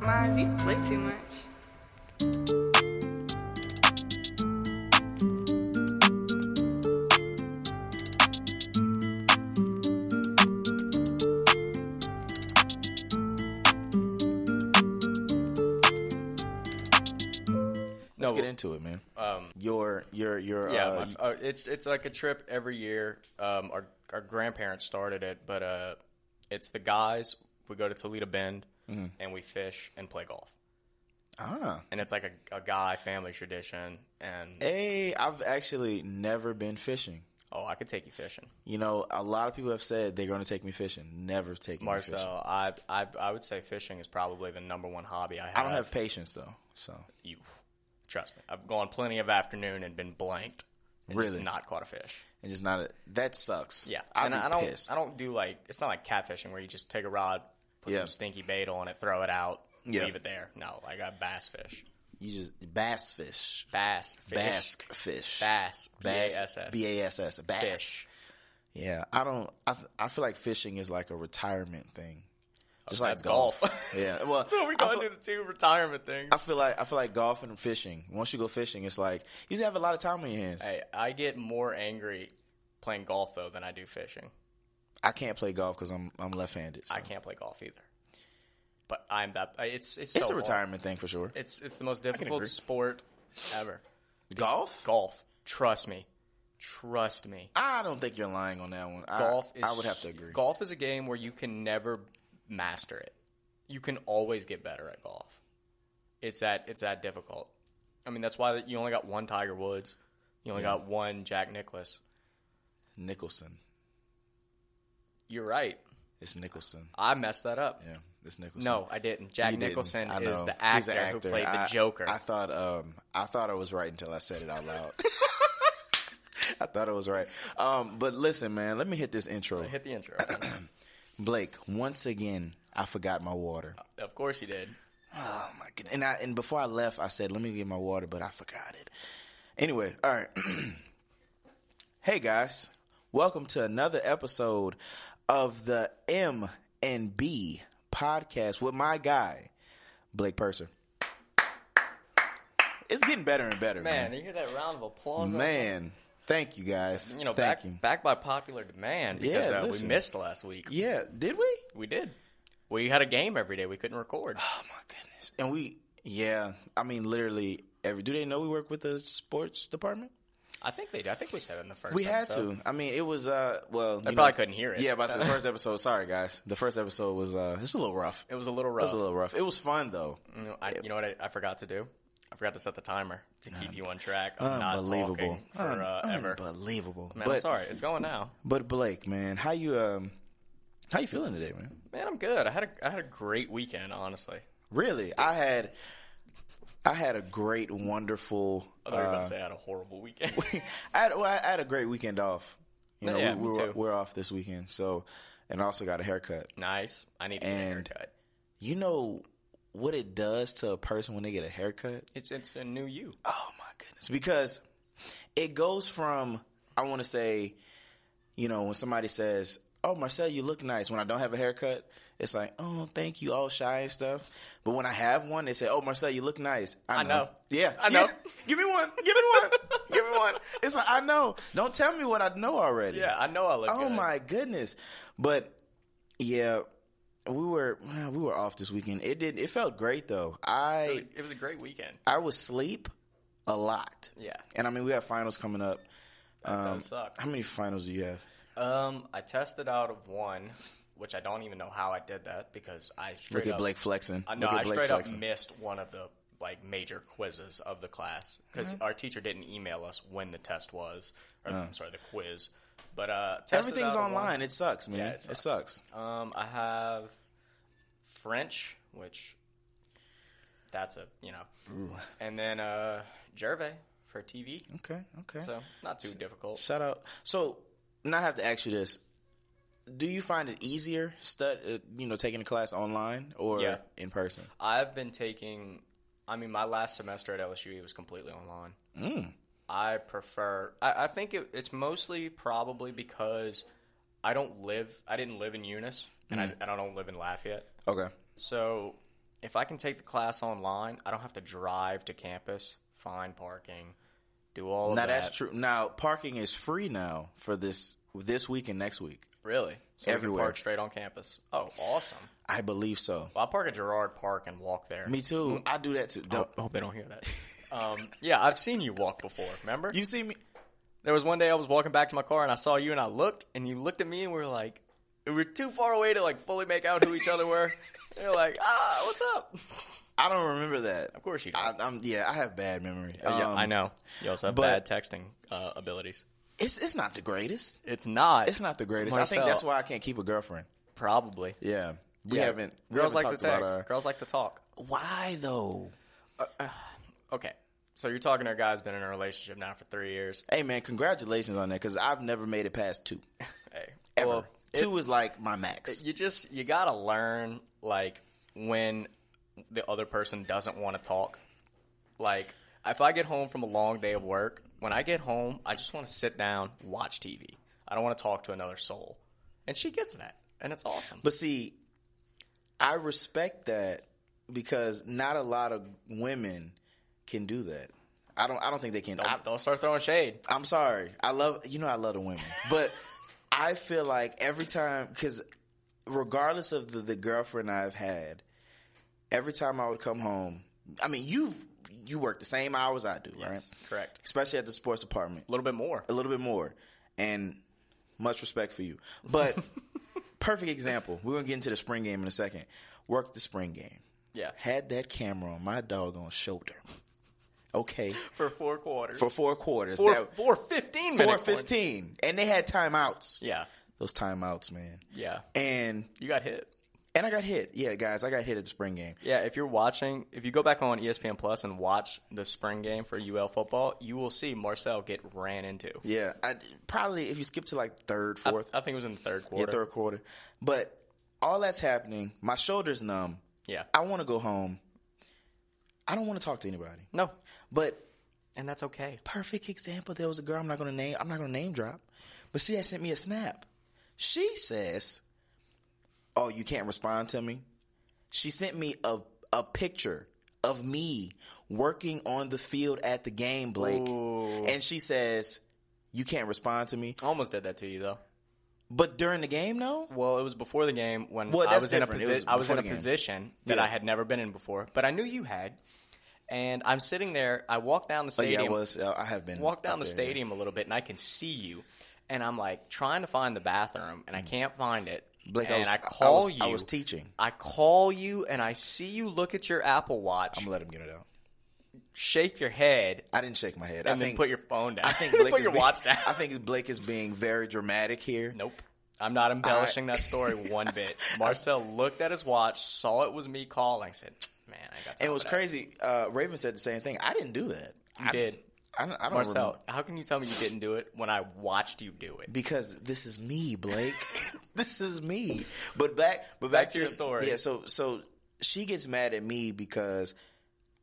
minds. You play too much. Let's No. get into it, man. Um, Your your your yeah, uh, my- uh, it's it's like a trip every year. Um, our our grandparents started it, but uh, it's the guys. We go to Toledo Bend Mm-hmm. and we fish and play golf, ah. and it's like a, a guy family tradition. And Hey, I've actually never been fishing. oh, I could take you fishing, You know, a lot of people have said they're going to take me fishing. Never take me fishing. Marcel. I I I would say fishing is probably the number one hobby I have. I don't have patience though. So you. Trust me, I've gone plenty of afternoon and been blanked. and just Really? not caught a fish. and just not a, that sucks. Yeah, I'd and be I, I don't. pissed. I don't do like it's not like catfishing where you just take a rod, put Yeah. some stinky bait on it, throw it out, Yeah. leave it there. No, I got bass fish, You just bass fish, bass fish, bass fish, bass, bass, B-A-S-S. B A S S, bass. fish. Yeah, I don't. I th- I feel like fishing is like a retirement thing, just like Oh, that's golf. yeah, well, So we're I going feel- to the two retirement things. I feel like I feel like golf and fishing. Once you go fishing, it's like you just have a lot of time on your hands. hey, I get more angry playing golf though than I do fishing. I can't play golf because I'm I'm left-handed. so. I can't play golf either, but I'm that. I- It's it's so It's a hard. retirement thing for sure. It's it's the most agree. difficult sport ever. Golf? Golf. Trust me. Trust me. I don't think you're lying on that one. I- golf is I would have to agree. Golf is a game where you can never master it. You can always get better at golf. It's that it's that difficult. I mean, that's why that you only got one Tiger Woods. You only got one Jack Nicklaus. Nicholson. You're right. It's Nicholson. I messed that up. Yeah, it's Nicholson. No, I didn't. Jack You didn't. Nicholson I is know. the He's actor, an who actor. played the I- Joker. I thought um I thought I was right until I said it out loud. I thought I was right. Um, but listen, man, let me hit this intro. Hit the intro. Blake, once again, I forgot my water. of course you did. Oh my god! And I and before I left, I said, "Let me get my water," but I forgot it. Anyway, all right. hey guys, welcome to another episode of the M and B podcast with my guy Blake Purser. It's getting better and better, Man, man. you hear that round of applause? Man, thank you guys. you know, thank back you. back by popular demand because Yeah, uh, we listen. missed last week. Yeah, did we? We did. We had a game every day. We couldn't record. Oh my goodness! And we, yeah, I mean, literally every. Do they know we work with the sports department? I think they. I think we said it in the first. We had episode. to. I mean, it was uh well, they probably couldn't hear it. Yeah, but the first episode. Sorry, guys. The first episode was uh, it's a little rough. It was a little It rough. was a little rough. It was fun though. you, know, I, you know what I, I forgot to do? I forgot to set the timer to keep you on track. I'm not Unbelievable. talking for Un- uh, ever. Unbelievable. Man, but I'm sorry. It's going now. but Blake, man, how you um, how you feeling today, man? Man, I'm good. I had a I had a great weekend. Honestly, Really, I had. I had a great, wonderful. I thought you were about uh, to say I had a horrible weekend. I had, well, I had a great weekend off. You know, Yeah, we, me we're, too. we're off this weekend, so and I also got a haircut. nice. I need to get a And- haircut. You know what it does to a person when they get a haircut? It's it's a new you. Oh my goodness. Because it goes from I want to say, you know, when somebody says, "Oh, Marcel, you look nice." When I don't have a haircut, it's like, "Oh, thank you, all shy and stuff." But when I have one, they say, "Oh, Marcel, you look nice." I know. I know. Yeah, I know. Yeah. Give me one. Give me one. Give me one. It's like I know. Don't tell me what I know already. Yeah, I know I look. Oh good. my goodness. But yeah, we were man, we were off this weekend. It did. It felt great though. It I was, it was a great weekend. I was sleep a lot. Yeah, And I mean, we have finals coming up. that Um, does suck. How many finals do you have? Um, I tested out of one, which I don't even know how I did that because I straight Look at up, Blake flexing. I, no, Look at I Blake straight flexing. up missed one of the like major quizzes of the class because our teacher didn't email us when the test was. Or, I'm sorry, the quiz. But uh, tested Oh. Everything's out of one. online. It sucks, man. Yeah, it it, sucks. sucks. Um, I have French, which that's a you know, and then uh, Gervais for TV. Okay, okay. So not too difficult. Shout out. So now I have to ask you this: Do you find it easier, stud, uh, you know, taking a class online or Yeah. in person? I've been taking. I mean, my last semester at LSU it E was completely online. Mm. I prefer. I, I think it, it's mostly probably because Mm. I don't live. I didn't live in Eunice, and I, and I don't live in Lafayette. Okay. So if I can take the class online, I don't have to drive to campus, find parking, do all of Now that. that's true. Now parking is free now for this this week and next week. Really? So Everywhere. Everywhere. park straight on campus. Oh, awesome. I believe so. Well, I park at Gerard Park and walk there. Me too. I do that too. Don't- I hope they don't hear that. um, yeah, I've seen you walk before. Remember? You see me? there was one day I was walking back to my car and I saw you and I looked and you looked at me and we were like, we were too far away to like fully make out who each other were. And You're like, ah, what's up? I don't remember that. Of course you do. I, I'm yeah. I have bad memory. yeah, Um, I know. You also have bad but- texting uh, abilities. It's it's not the greatest. It's not. It's not the greatest. I Marcel- think that's why I can't keep a girlfriend. probably. Yeah, we Yeah. haven't. We Girls haven't like talked to text. about uh, our, Girls like to talk. why though. Okay. So you're talking to a guy who's been in a relationship now for three years. Hey man, congratulations on that because I've never made it past two. Hey. Ever. Well, two is like my max. you just you gotta learn like when the other person doesn't want to talk like if i get home from a long day of work when i get home i just want to sit down watch tv i don't want to talk to another soul and she gets that and it's awesome But see, I respect that because not a lot of women can do that. I don't. I don't think they can. I, don't, don't start throwing shade I'm sorry. I love you know I love the women, but I feel like every time because regardless of the, the girlfriend I've had, every time I would come home, I mean you you work the same hours I do, right? correct Especially at the sports department, a little bit more a little bit more, and much respect for you. But perfect example. We're gonna get into the spring game in a second. Work the spring game. yeah Had that camera on my doggone shoulder. Okay, for four quarters for four quarters. four, that, four 15 minute four quarters. fifteen, and they had timeouts. yeah Those timeouts, man. yeah And you got hit and I got hit. Yeah, guys, I got hit at the spring game. Yeah, if you're watching, if you go back on E ESPN Plus and watch the spring game for UL football, you will see Marcel get ran into. Yeah, I, probably if you skip to like third, I- fourth, I, think it was in the third yeah, quarter. third quarter. But all that's happening. My shoulder's numb. Yeah. I want to go home. I don't want to talk to anybody. No, But and that's okay. perfect example. There was a girl. I'm not gonna name. I'm not gonna name drop. But she had sent me a snap. She says, "Oh, you can't respond to me." She sent me a a picture of me working on the field at the game, Blake, Ooh. and she says, "You can't respond to me." I almost did that to you though. But during the game, no. Well, it was before the game when Well, I that's was in a different. It was position. I was before in a the game. position that Yeah. I had never been in before, but I knew you had. And I'm sitting there. I walk down the Oh, yeah, I stadium. was. uh, I have been. walk down out the there. stadium a little bit and I can see you. And I'm like trying to find the bathroom and I can't find it. Mm. Blake, and I was. I call was- you. I was teaching. I call you and I see you look at your Apple Watch, I'm gonna let him get it out. shake your head, I didn't shake my head. and I then think. put your phone down. I think Blake put is your being- watch down. I think Blake is being very dramatic here. Nope. I'm not embellishing that story one bit. Marcel looked at his watch, saw it was me calling, said, "Man, I got." And it was something crazy. Uh, Raven said the same thing. I didn't do that. You I did. I, don't- I don't Marcel, remember how can you tell me you didn't do it when I watched you do it? because this is me, Blake. this is me. But back, but back, Back to your story. Yeah. So so she gets mad at me because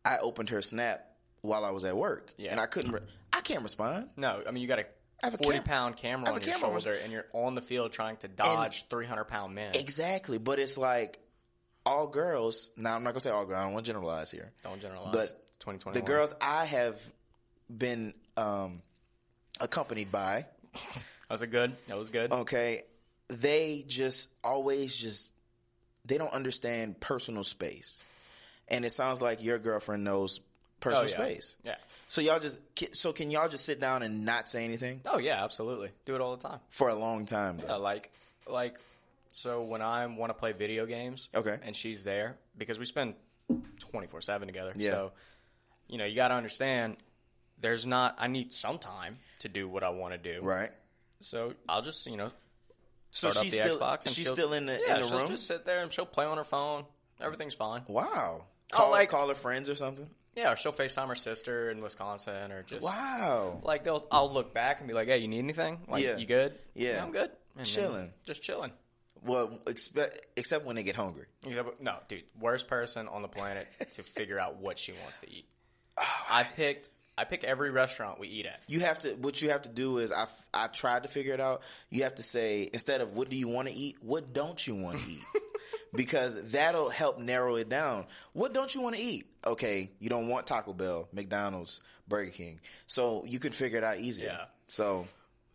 I opened her snap while I was at work. Yeah. And I couldn't. Re- I can't respond. No, I mean you got a have a forty cam- pound camera I on have a your camera on- shoulder, and you're on the field trying to dodge three hundred pound men. Exactly. But it's like all girls. Now I'm not gonna say all girls. I don't want to generalize here. Don't generalize. But twenty twenty. the girls I have been um, accompanied by. That was a good. That was good. Oh, okay they just always just they don't understand personal space and it sounds like your girlfriend knows personal Oh, yeah. space Yeah. so y'all just ki- so can y'all just sit down and not say anything Oh yeah, absolutely. Do it all the time. for a long time Yeah, though. like like so when I want to play video games, Okay. and she's there because we spend twenty four seven together. Yeah. So you know you got to understand. There's not. I need some time to do what I want to do. right So I'll just you know so start she's up the still Xbox. And she's she'll- still in the yeah, in the she'll room just sit there and she'll play on her phone. Everything's fine. wow call, Oh, like- call her friends or something Yeah, or she'll FaceTime her sister in Wisconsin or just wow like they'll I'll look back and be like, Hey, you need anything? Like Yeah. you good? Yeah. "Yeah, I'm good. And then Chilling. Just chilling. well expe- except when they get hungry Except, no, dude, worst person on the planet to figure out what she wants to eat. Oh, I picked I pick every restaurant we eat at. you have to what you have to do is i i tried to figure it out you have to say instead of what do you want to eat what don't you want to eat because that'll help narrow it down. What don't you want to eat? Okay, you don't want Taco Bell, McDonald's, Burger King. So you can figure it out easier. Yeah. So,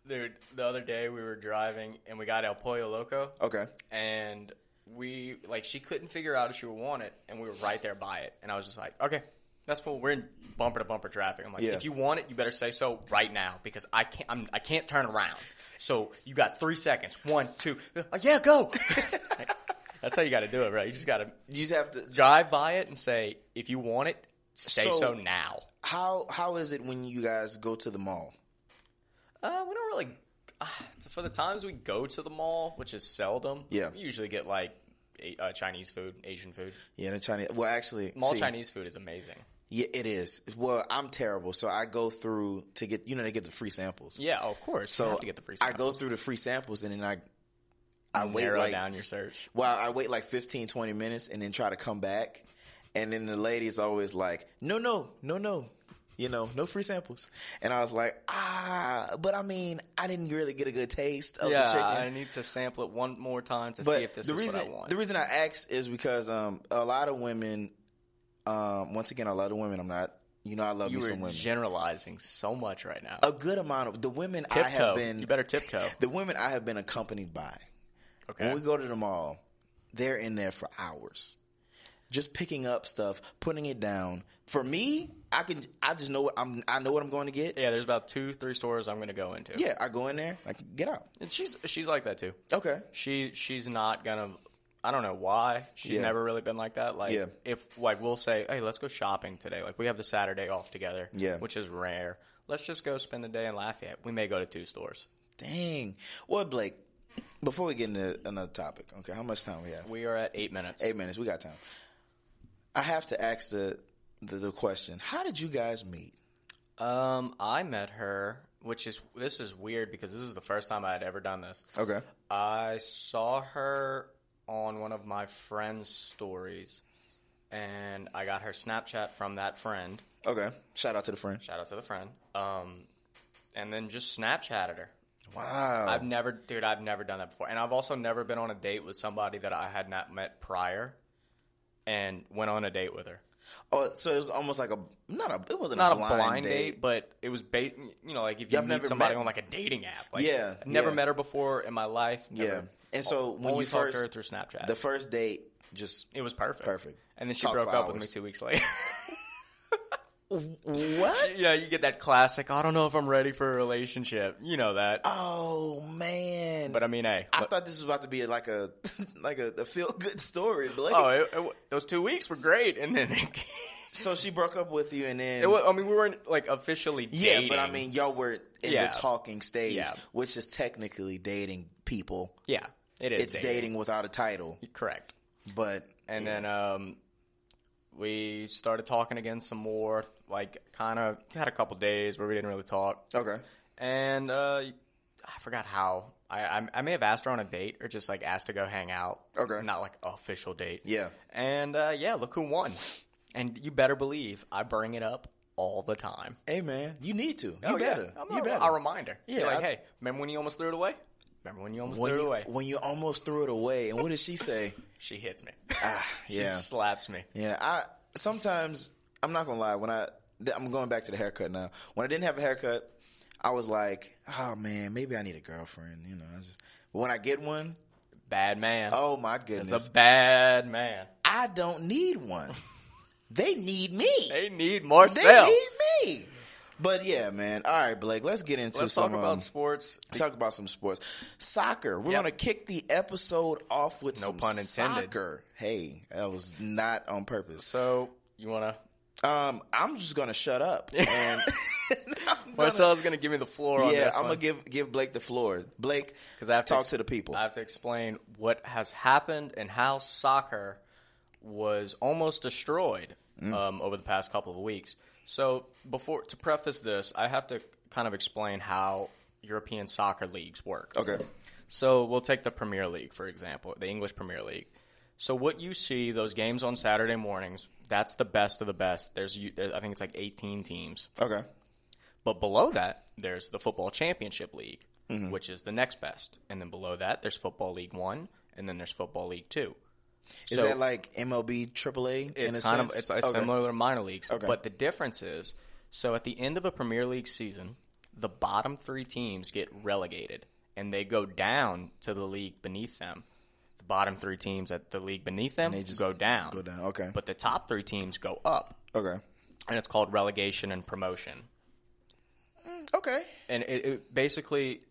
Dude, the other day we were driving and we got El Pollo Loco, okay. and we like she couldn't figure out if she would want it, and we were right there by it, and I was just like, okay, that's cool. We're in bumper to bumper traffic. I'm like, Yeah. if you want it, you better say so right now because I can't. I'm, I can't turn around. So you got three seconds. One, two. Like, yeah, go. It's like- that's how you got to do it, right? You just got to You just have to drive by it and say, if you want it, say So- so, now. how how is it when you guys go to the mall? Uh, we don't really. Uh, for the times we go to the mall, which is seldom, Yeah. we usually get like a- uh, Chinese food, Asian food. Yeah, the Chinese. Well, actually, Mall see, Chinese food is amazing. Yeah, it is. Well, I'm terrible, so I go through to get you know to get the free samples. Yeah, of course. So you So have to get the free. I go through the free samples and then I I and wait narrow like down your search. well, I wait like 15, 20 minutes and then try to come back. And then the lady's always like, no, no, no, no. You know, no free samples. And I was like, ah, but I mean, I didn't really get a good taste of the chicken. I need to sample it one more time to but see if this the is reason, what I want. The reason I asked is because um, a lot of women, um, once again, a lot of women, I'm not, you know, I love you me are some women. generalizing so much right now. a good amount of the women I tiptoe. have been, you better tiptoe. the women I have been accompanied by, Okay. When we go to the mall, they're in there for hours. Just picking up stuff, putting it down. For me, I can I just know what I'm I know what I'm going to get. yeah, there's about two, three stores I'm going to go into. Yeah, I go in there, I can get out. And she's she's like that too. Okay. she she's not gonna I don't know why. She's Yeah. never really been like that. Like Yeah. if like we'll say, Hey, let's go shopping today. Like we have the Saturday off together. Yeah. Which is rare. Let's just go spend the day in Lafayette. We may go to two stores. Dang. Well, Blake, before we get into another topic, okay, how much time we have? We are at eight minutes. Eight minutes, we got time. I have to ask the the, the question. How did you guys meet? Um, I met her, which is this is weird because this is the first time I had ever done this. Okay. I saw her on one of my friend's stories and I got her Snapchat from that friend. Okay. Shout out to the friend. Shout out to the friend. Um, and then just Snapchatted her. Wow. I've never, dude, I've never done that before, and I've also never been on a date with somebody that I had not met prior, and went on a date with her. oh, so it was almost like a not a it wasn't Not a blind, date. but it was, ba- you know, like if you Y'all meet never somebody met? on like a dating app. Like, Yeah, I've never yeah. met her before in my life. never- Yeah. And so when only you talked to her first- through Snapchat, The first date just it was perfect. perfect. And then she Talked broke for up with me hours. two weeks later. What? yeah, you get that classic. I don't know if I'm ready for a relationship. You know that. Oh man! But I mean, hey, I thought this was about to be like a like a, a feel good story, Blake. oh, it, it, those two weeks were great, and then it, so she broke up with you, and then it wa- I mean, we weren't like officially yeah, dating. but I mean, y'all were in Yeah. the talking stage, Yeah. which is technically dating people. yeah, it is It's dating. without a title, correct. but And then um, we started talking again some more. Like, kind of had a couple days where we didn't really talk, okay, and uh, I forgot how. I, I I may have asked her on a date or just like asked to go hang out. Okay. not like an official date. yeah, and uh, yeah, look who won. And you better believe I bring it up all the time. hey man, you need to, you Oh, yeah. better, I'm a, you better. a reminder. Yeah, You're like, I- hey, remember when you almost threw it away? Remember when you almost when threw it you, away? when you almost threw it away, and what did she say? She hits me. she Ah, yeah, slaps me. Yeah, I sometimes I'm not gonna lie. When I th- I'm going back to the haircut now. When I didn't have a haircut, I was like, oh man, maybe I need a girlfriend. You know, I just but when I get one, Bad man. oh my It's goodness, a bad man. I don't need one. they need me. They need They Marcel. need me. But yeah, man. All right, Blake. Let's get into Let's some. talk about um, sports. let's talk about some sports. Soccer. We're Yep. gonna kick the episode off with No some pun intended. soccer. Hey, that was not on purpose. So you wanna Um, I'm just gonna shut up. And I'm gonna- Marcel's gonna give me the floor on yeah, this I'm gonna one. give give Blake the floor. Blake, 'Cause I have to talk ex- to the people. I have to explain what has happened and how soccer was almost destroyed Mm. um, over the past couple of weeks. So, before to preface this, I have to kind of explain how European soccer leagues work. okay, So, we'll take the Premier League for example, the English Premier League. So, what you see those games on Saturday mornings, that's the best of the best. There's, you- there- I think it's like 18 teams. okay, But below that, there's the Football Championship League, which is the next best. And then below that, there's Football League One, and then there's Football League Two. Is So- that like MLB AAA? in a it's kind sense? of it's, it's Okay. similar to minor leagues, Okay. but the difference is so at the end of a Premier League season, the bottom three teams get relegated and they go down to the league beneath them. The bottom three teams at the league beneath them they just go down, Go down. Okay. but the top three teams go up, okay. and it's called relegation and promotion. Okay. and it, it basically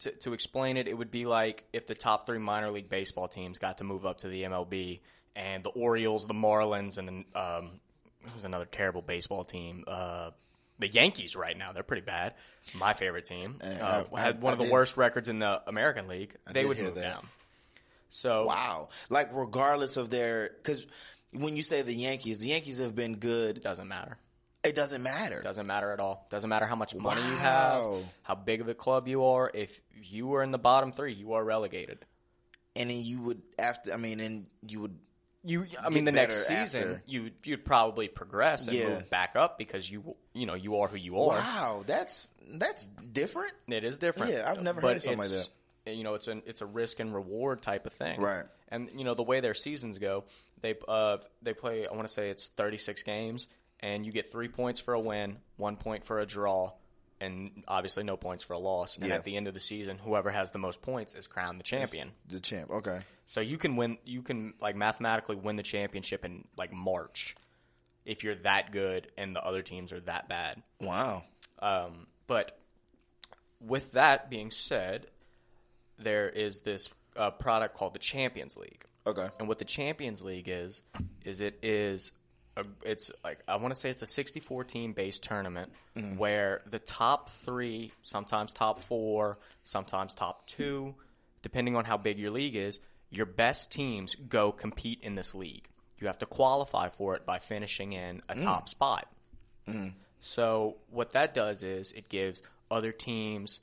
to, to explain it, it would be like if the top three minor league baseball teams got to move up to the MLB, and the Orioles, the Marlins, and the, um, who's another terrible baseball team? Uh, the Yankees right now they're pretty bad. My favorite team uh, I- had I- one I of the did- worst records in the American League. they did would hear move that. down. So Wow. Like regardless of their because when you say the Yankees, the Yankees have been it good. doesn't matter. It doesn't matter. Doesn't matter at all. Doesn't matter how much money you have, Wow. how big of a club you are. If you are in the bottom three, you are relegated. And then you would after. I mean, and you would. You, I mean, the next better season after. you you'd probably progress and Yeah. move back up because you you know you are who you are. Wow. That's that's different. It is different. Yeah, I've never But heard of something like it's- You know, it's an it's a risk and reward type of thing, Right. And you know the way their seasons go, they uh they play. I want to say it's thirty six games, and you get three points for a win, one point for a draw, and obviously no points for a loss. And Yeah. at the end of the season, whoever has the most points is crowned the champion. The champ. Okay. So you can win. You can like mathematically win the championship in like March if you're that good and the other teams are that bad. Wow. Um, but with that being said, there is this uh, product called the Champions League, Okay. and what the Champions League is is it is a, it's like I want to say it's a 64 team based tournament where the top three, sometimes top four, sometimes top two, depending on how big your league is, your best teams go compete in this league. You have to qualify for it by finishing in a top spot. So what that does is it gives other teams,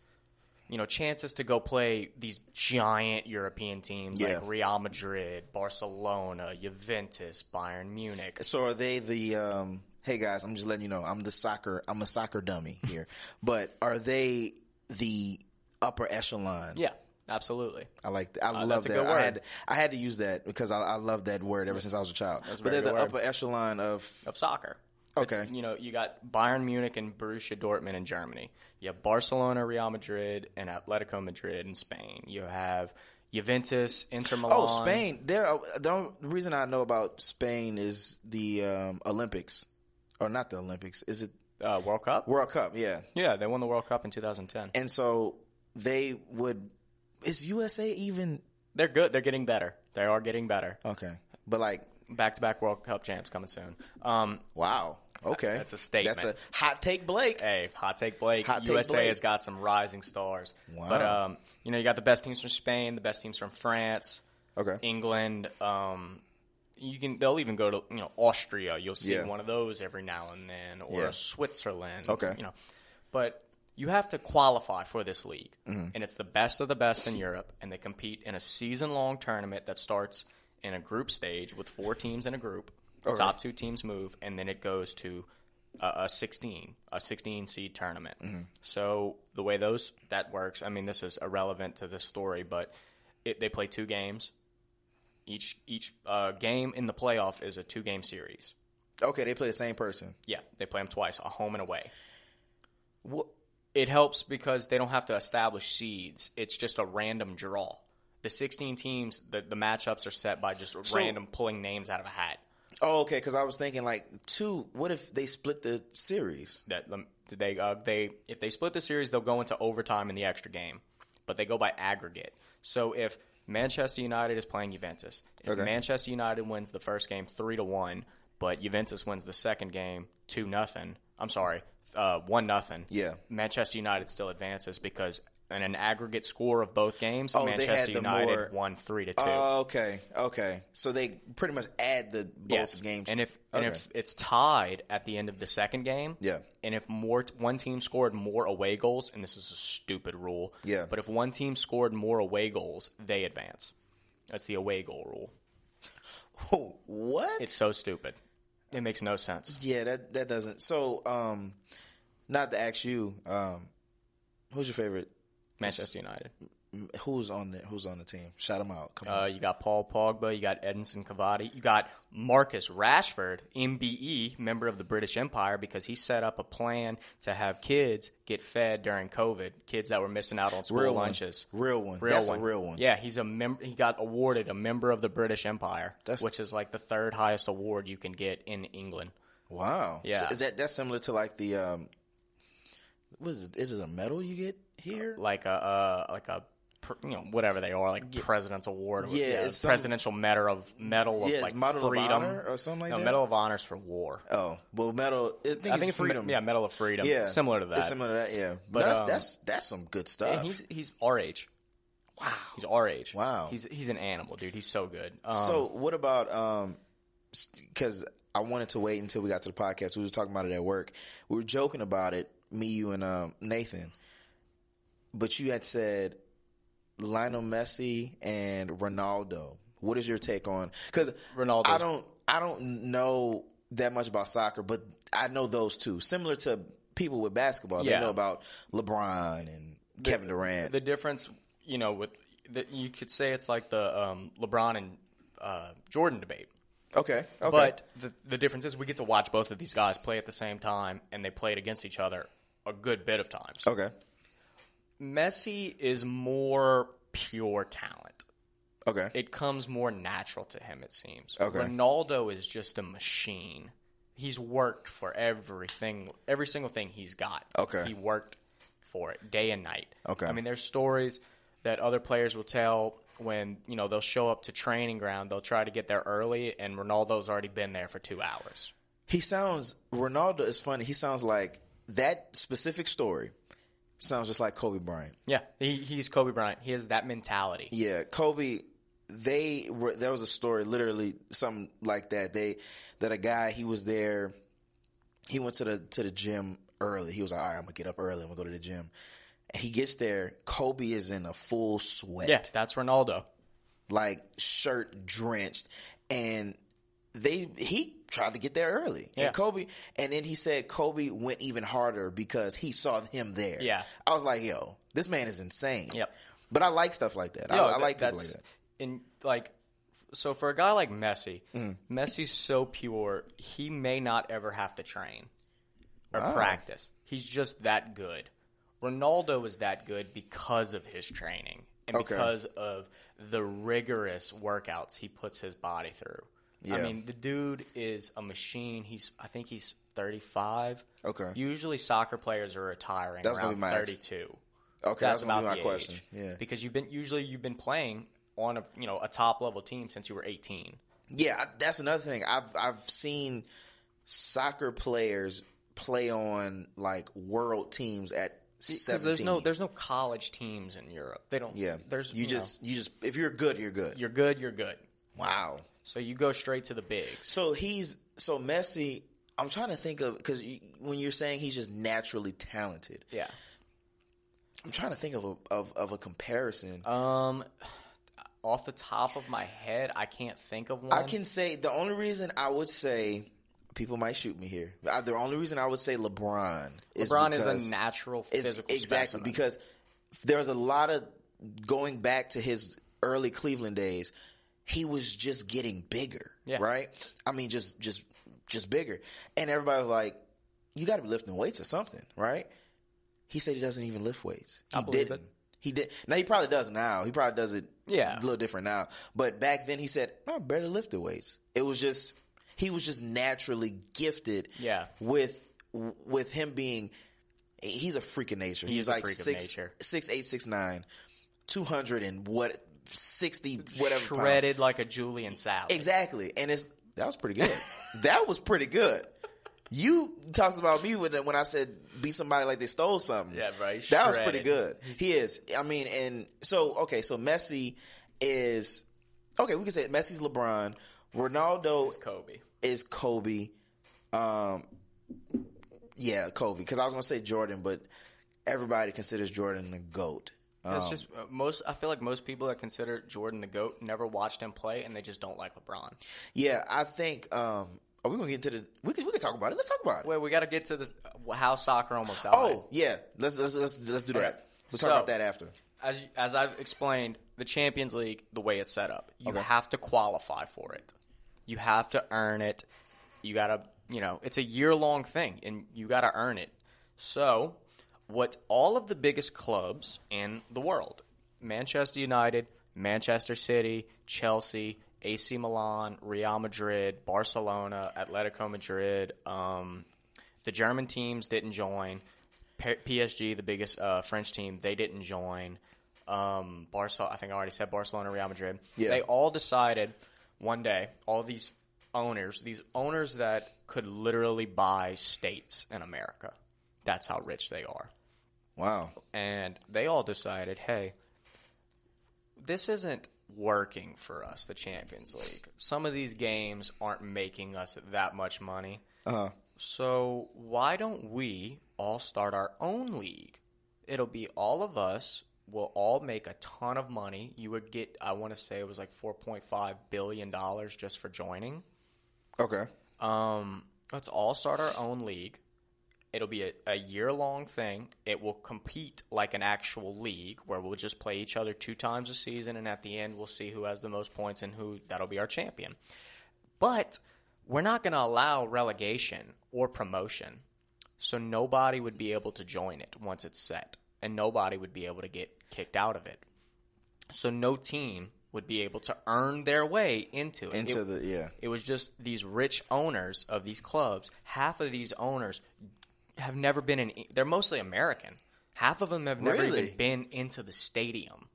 you know, chances to go play these giant European teams Yeah. like Real Madrid, Barcelona, Juventus, Bayern Munich. So are they the? um Hey guys, I'm just letting you know I'm the soccer. I'm a soccer dummy here. but are they the upper echelon? Yeah, absolutely. I like. That. I love that's a that. good I word. had I had to use that because I, I love that word ever since I was a child. a but very they're the good word. upper echelon of Of soccer. Okay. It's, you know, you got Bayern Munich and Borussia Dortmund in Germany. You have Barcelona, Real Madrid, and Atletico Madrid in Spain. You have Juventus, Inter Milan. Oh, Spain. There, are- the only reason I know about Spain is the um, Olympics, or not the Olympics. Is it Uh, World Cup? World Cup? Yeah, Yeah, they won the World Cup in 2010. and so they would. Is USA even They're good. They're getting better. They are getting better. okay? But like, Back to back World Cup champs coming soon. Um, wow, okay, That's a statement. That's a hot take, Blake. hey, hot take Blake. Hot take USA Blake. has got some rising stars. Wow. But um, you know, you got the best teams from Spain, the best teams from France, Okay, England. Um, you can they'll even go to you know Austria. You'll see Yeah. one of those every now and then, or Yeah. Switzerland. Okay. you know, but you have to qualify for this league, and it's the best of the best in Europe, and they compete in a season-long tournament that starts in a group stage with four teams in a group. The top two teams move, and then it goes to a, a sixteen, a sixteen seed tournament. So the way those that works, I mean, this is irrelevant to this story, but it, they play two games. Each each uh, game in the playoff is a two game series. okay, they play the same person. Yeah, they play them twice, a home and away. Wha- It helps because they don't have to establish seeds. It's just a random draw. The 16 teams, the, the matchups are set by just random pulling names out of a hat. Oh, okay, because I was thinking like two. What if they split the series? That lem- they uh, they if they split the series, they'll go into overtime in the extra game, but they go by aggregate. So if Manchester United is playing Juventus, if Okay. Manchester United wins the first game three to one, but Juventus wins the second game two nothing. I'm sorry, uh, one nothing. Yeah. Manchester United still advances because in an aggregate score of both games, Oh, they had Manchester the United more- Oh, won three to two. okay, okay. So they pretty much add the both games. And if and Okay. if it's tied at the end of the second game, Yeah. And if more one team scored more away goals, and this is a stupid rule, Yeah. But if one team scored more away goals, they advance. That's the away goal rule. what? It's so stupid. It makes no sense. Yeah, that that doesn't. So, um, not to ask you, um, who's your favorite? Manchester United. who's on the who's on the team? Shout them out. Come on. Uh, you got Paul Pogba, you got Edinson Cavani, you got Marcus Rashford, MBE, member of the British Empire, because he set up a plan to have kids get fed during COVID, kids that were missing out on school Real one. lunches. Real one. Real That's one. a real one. Yeah, he's a mem- He got awarded a member of the British Empire, That's- which is like the third highest award you can get in England. Wow. Yeah. So is that that's similar to like the um what is it? Is it a medal you get here? Like a uh, like a pr- you know whatever they are, like President's Award, Yeah, it's some- Presidential Medal of Medal of Yeah, it's like Medal of freedom Honor or something like no, that? Medal of Honors for war. Oh, well, medal. I think, I think it's it's me- freedom. yeah, Medal of Freedom. yeah, It's similar to that. It's similar to that. Yeah, but But, that's um, that's that's some good And stuff. he's he's our age. wow. He's our age. Wow. He's he's an animal, dude. He's so good. Um, so what about um? Because I wanted to wait until we got to the podcast. We were talking about it at work. We were joking about it, me, you, and um, Nathan. But you had said Lionel Messi and Ronaldo. What is your take on? Because Ronaldo. I don't I don't know that much about soccer, but I know those two. Similar to people with basketball, Yeah. they know about LeBron and Kevin Durant. the difference, you know, with the, you could say it's like the um, LeBron and uh, Jordan debate. okay, okay, But the the difference is we get to watch both of these guys play at the same time, and they played against each other a good bit of times. okay, Messi is more pure talent. okay. it comes more natural to him, it seems. Okay. Ronaldo is just a machine. He's worked for everything, every single thing he's got. Okay. He worked for it day and night. Okay. I mean, there's stories that other players will tell when, you know, they'll show up to training ground, they'll try to get there early, and Ronaldo's already been there for two hours. He sounds Ronaldo is funny. He sounds like that specific story sounds just like Kobe Bryant. Yeah. He, he's Kobe Bryant. He has that mentality. Yeah, Kobe. They were there was a story literally something like that. They that a guy he was there. He went to the to the gym early. He was like, all right, I'm gonna get up early. I'm gonna go to the gym. And he gets there. Kobe is in a full sweat, Yeah, that's Ronaldo. like shirt drenched, and they he tried to get there early. Yeah. And Kobe, and then he said Kobe went even harder because he saw him there. Yeah. I was like, yo, this man is insane. Yep. But I like stuff like that. I, Yeah, I that- like people like that's- that. And like, so for a guy like Messi, Mm. Messi's so pure, he may not ever have to train or Wow. practice. He's just that good. Ronaldo is that good because of his training and Okay. because of the rigorous workouts he puts his body through. Yeah. I mean, the dude is a machine. He's I think he's 35. Okay. Usually soccer players are retiring That's gonna around be my next- 32 Okay, that's, that's, gonna about be my the question. age. Yeah, Because you've been usually you've been playing on a you know a top level team since you were 18. yeah, I- that's another thing. I've I've seen soccer players play on like world teams at Because seventeen. there's no there's no college teams in Europe. They don't. yeah, There's you, you, just you just if you're good, you're good. know, you're good. You're good. wow. So you go straight to the bigs. So he's so Messi. I'm trying to think of because you, when you're saying he's just naturally talented, Yeah. I'm trying to think of a of, of a comparison. Um, off the top of my head, I can't think of one. I can say the only reason I would say people might shoot me here. I, the only reason I would say LeBron. Is LeBron is because- a natural It's- physical exactly specimen. because there's a lot of going back to his early Cleveland days. He was just getting bigger, Yeah. right? I mean, just just just bigger, and everybody was like, "You got to be lifting weights or something, right?" He said he doesn't even lift weights. He I believe didn't. it. He did. Now he probably does now. He probably does it. Yeah. a little different now. But back then he said, "I better lift the weights." It was just he was just naturally gifted. Yeah. with with him being he's a freak of nature. He's, a like freak of six, nature. six eight six nine, two hundred and what sixty whatever pounds. shredded like a Julian salad. exactly. And it's that was pretty good. that was pretty good. You talked about me when when I said be somebody like they stole something. Yeah, bro, he's That was pretty good. shredded. He is. I mean, and so okay, so Messi is okay. We can say Messi's LeBron. Ronaldo Kobe. is Kobe. Um, yeah, Kobe. Because I was gonna say Jordan, but everybody considers Jordan the goat. That's just uh, most. I feel like most people that consider Jordan the goat never watched him play, and they just don't like LeBron. Yeah, I think. Um, are we gonna get into the? We can we can talk about it. Let's talk about it. Wait, we got to get to this. How soccer almost died. oh yeah, let's let's let's, let's do that. We'll talk So- about that after. as you- as I've explained, the Champions League, the way it's set up, you have to qualify for it. You have to earn it. You gotta, you know, it's a year long thing, and you gotta earn it. So, what all of the biggest clubs in the world, Manchester United, Manchester City, Chelsea, AC Milan, Real Madrid, Barcelona, Atletico Madrid, um, the German teams didn't join. P- PSG, the biggest uh, French team, they didn't join. Um, Barca, I think I already said Barcelona, Real Madrid. Yeah. They all decided one day, all these owners, these owners that could literally buy states in America. That's how rich they are Wow. and they all decided, hey, this isn't working for us, the Champions League. Some of these games aren't making us that much money. Uh-huh. So why don't we all start our own league? It'll be all of us. We'll all make a ton of money. You would get, I want to say it was like $4.5 billion just for joining. Okay. Um, let's all start our own league. It'll be a, a year long thing. It will compete like an actual league where we'll just play each other two times a season, and at the end, we'll see who has the most points and who that'll be our champion. But we're not going to allow relegation or promotion. So nobody would be able to join it once it's set, and nobody would be able to get kicked out of it. So no team would be able to earn their way into it. It Into the yeah. it was just these rich owners of these clubs. Half of these owners have never been in. They're mostly American. Half of them have never Really? even been into the stadium,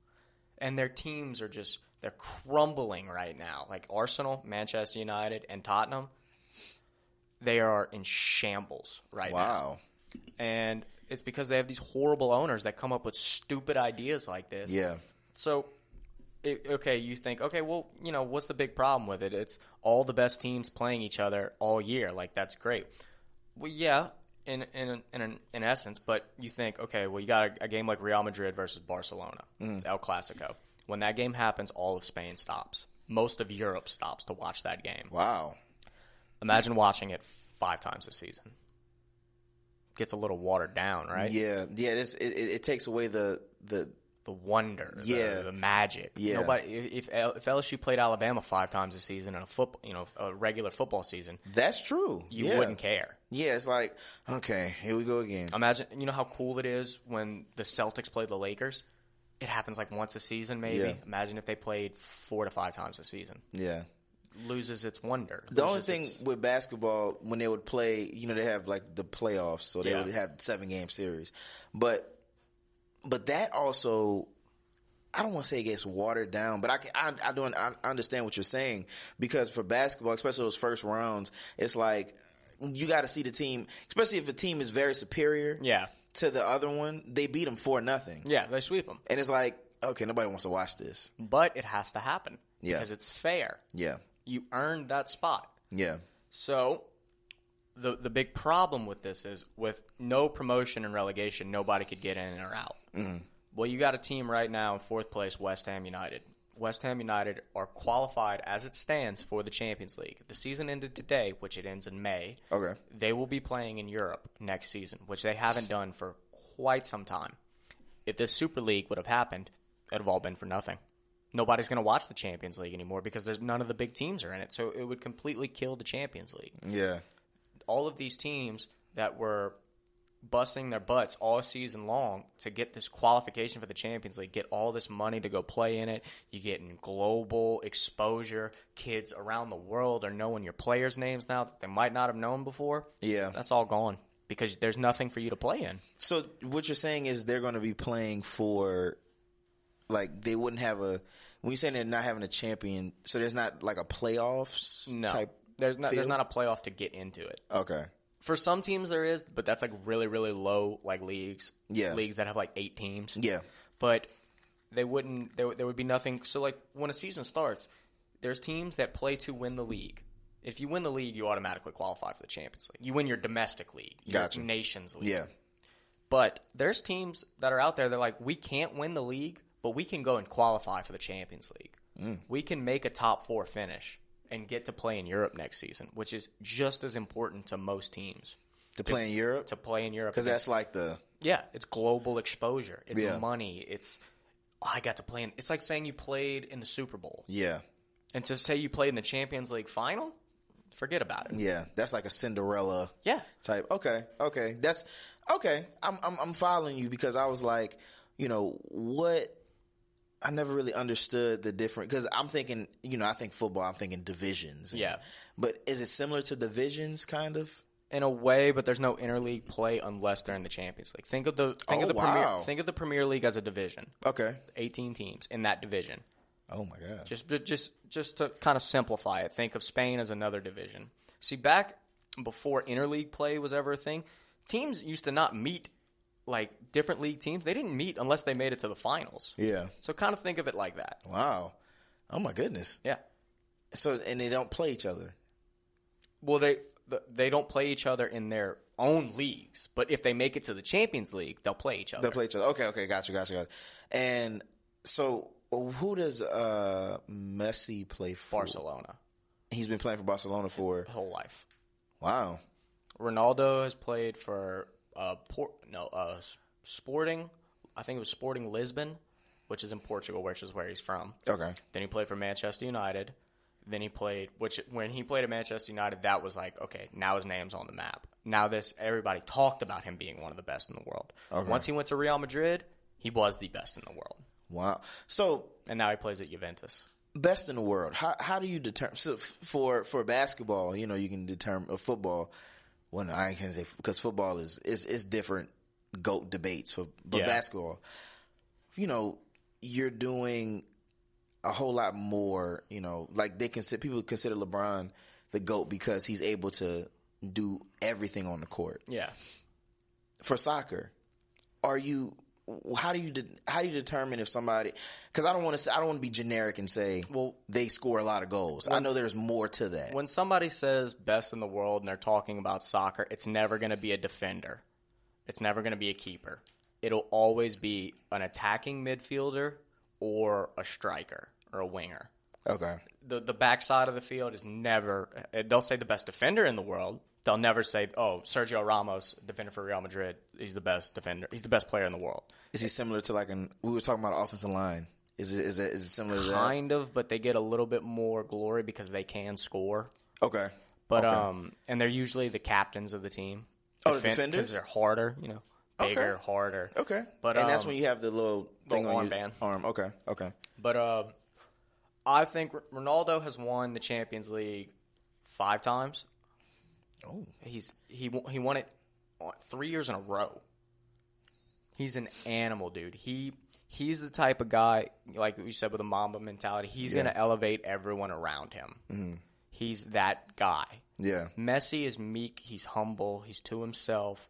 and their teams are just they're crumbling right now. Like Arsenal, Manchester United, and Tottenham, they are in shambles right now Wow. and it's because they have these horrible owners that come up with stupid ideas like this. Yeah. So, it, okay, you think, okay, well, you know, what's the big problem with it? It's all the best teams playing each other all year. Like that's great. Well, yeah, in in in in essence, but you think, okay, well, you got a, a game like Real Madrid versus Barcelona. It's El Clasico. When that game happens, all of Spain stops. Most of Europe stops to watch that game. Wow. Imagine watching it five times a season. Gets a little watered down, right? Yeah. Yeah. This it, it, it takes away the the the wonder, the- Yeah. the, magic. Yeah. Nobody. If if L- if LSU played Alabama five times a season in a football, you know, a regular football season, that's true. you yeah. wouldn't Oh. care. Yeah. It's like okay, here we go again. Imagine, you know, how cool it is when the Celtics play the Lakers. It happens like once a season, maybe. Yeah. Imagine if they played four to five times a season. yeah. Loses its wonder. The only Loses thing its- with basketball, when they would play, you know, they have like the playoffs, so they Yeah. would have seven game series. But, but that also, I don't want to say it gets watered down, but I can, I, I don't, I I understand what you're saying because for basketball, especially those first rounds, it's like you got to see the team, especially if a team is very superior yeah, to the other one, they beat them for nothing, yeah, they sweep them, and it's like, okay, nobody wants to watch this. but it has to happen Yeah. because it's fair. Yeah, You earned that spot. yeah, So the the big problem with this is with no promotion and relegation, nobody could get in or out. Well, you got a team right now in fourth place, West Ham United. West Ham United are qualified as it stands for the Champions League. The season ended today, which it ends in May. okay, They will be playing in Europe next season, which they haven't done for quite some time. If this Super League would have happened, it'd have all been for nothing. Nobody's going to watch the Champions League anymore because there's none of the big teams are in it, so it would completely kill the Champions League yeah, all of these teams that were busting their butts all season long to get this qualification for the Champions League, get all this money to go play in it. You get in global exposure. Kids around the world are knowing your players' names now that they might not have known before. yeah. That's all gone because there's nothing for you to play in. So what you're saying is they're going to be playing for, like they wouldn't have a. When you're saying they're not having a champion, so there's not like a playoffs No. type. there's not there's field? not a playoff to get into it. Okay. For some teams there is, but that's like really really low like leagues. Yeah. Leagues that have like 8 teams. Yeah. but they wouldn't there, there would be nothing so like when a season starts there's teams that play to win the league if you win the league you automatically qualify for the champions league you win your domestic league your Gotcha. nations league Yeah. but there's teams that are out there that are like we can't win the league but we can go and qualify for the champions league we can make a top four finish and get to play in europe next season which is just as important to most teams To play in Europe to play in europe because that's like the yeah, it's global exposure. It's Yeah. money. It's "Oh, I got to play in. It's like saying you played in the Super Bowl. Yeah. And to say you played in the Champions League final, forget about it. Yeah. That's like a Cinderella Yeah. type. Okay. Okay. That's okay. I'm I'm I'm following you because I was like, you know, what I never really understood the different because I'm thinking, you know, I think football, I'm thinking divisions. Yeah. But is it similar to divisions kind of? In a way, but there's no interleague play unless they're in the Champions League. Think of the think Oh, of the wow. Premier think of the Premier League as a division. Okay. 18 teams in that division. Oh my god. Just ju- just just to kind of simplify it, think of Spain as another division. See, back before interleague play was ever a thing, teams used to not meet like different league teams. They didn't meet unless they made it to the finals. Yeah. So kind of think of it like that. Wow. Oh my goodness. Yeah. So and they don't play each other. Well, they th- they don't play each other in their own leagues, but if they make it to the Champions League, they'll play each other. They play each other. Okay, okay, gotcha, gotcha, gotcha. And so who does uh Messi play for? Barcelona, He's been playing for Barcelona for whole life. wow. Ronaldo has played for uh, Port, no, uh, S- Sporting. I think it was Sporting Lisbon, which is in Portugal, which is where he's from. Okay. Then he played for Manchester United. Then he played, which when he played at Manchester United, that was like, okay, now his name's on the map. Now this, everybody talked about him being one of the best in the world. Once he went to Real Madrid, he was the best in the world, Wow. So and now he plays at Juventus. best in the world. How how do you determine so f- for for basketball? You know, you can determine or football. Well, no, I can't say because football is is is different. Goat debates for but Yeah. basketball. You know, you're doing a whole lot more. You know, like they consider people consider LeBron the goat because he's able to do everything on the court Yeah, for soccer, are you? How do you de- how do you determine if somebody? Because I don't want to I don't want to be generic and say well they score a lot of goals. I know there's more to that. when somebody says best in the world and they're talking about soccer, it's never going to be a defender. It's never going to be a keeper. It'll always be an attacking midfielder or a striker or a winger. Okay, The the backside of the field is never. eh, They'll say the best defender in the world. They'll never say, "Oh, Sergio Ramos, defender for Real Madrid, he's the best defender. He's the best player in the world." is he similar to like an? We were talking about offensive line. Is it is it, is it similar to that? Kind of, but they get a little bit more glory because they can score. Okay, But um, and they're usually the captains of the team. Oh, the Defen- 'cause defenders? They're harder, you know, bigger, harder. okay, But, and that's um, when you have the little thing on your armband. arm. Okay, okay, But uh, I think R- Ronaldo has won the Champions League five times. oh He's he won- he won it uh, three years in a row. He's an animal, dude. He he's the type of guy, like you said, with a Mamba mentality. He's gonna elevate everyone around him. Mm-hmm. He's that guy. yeah, Messi is meek. He's humble. He's to himself.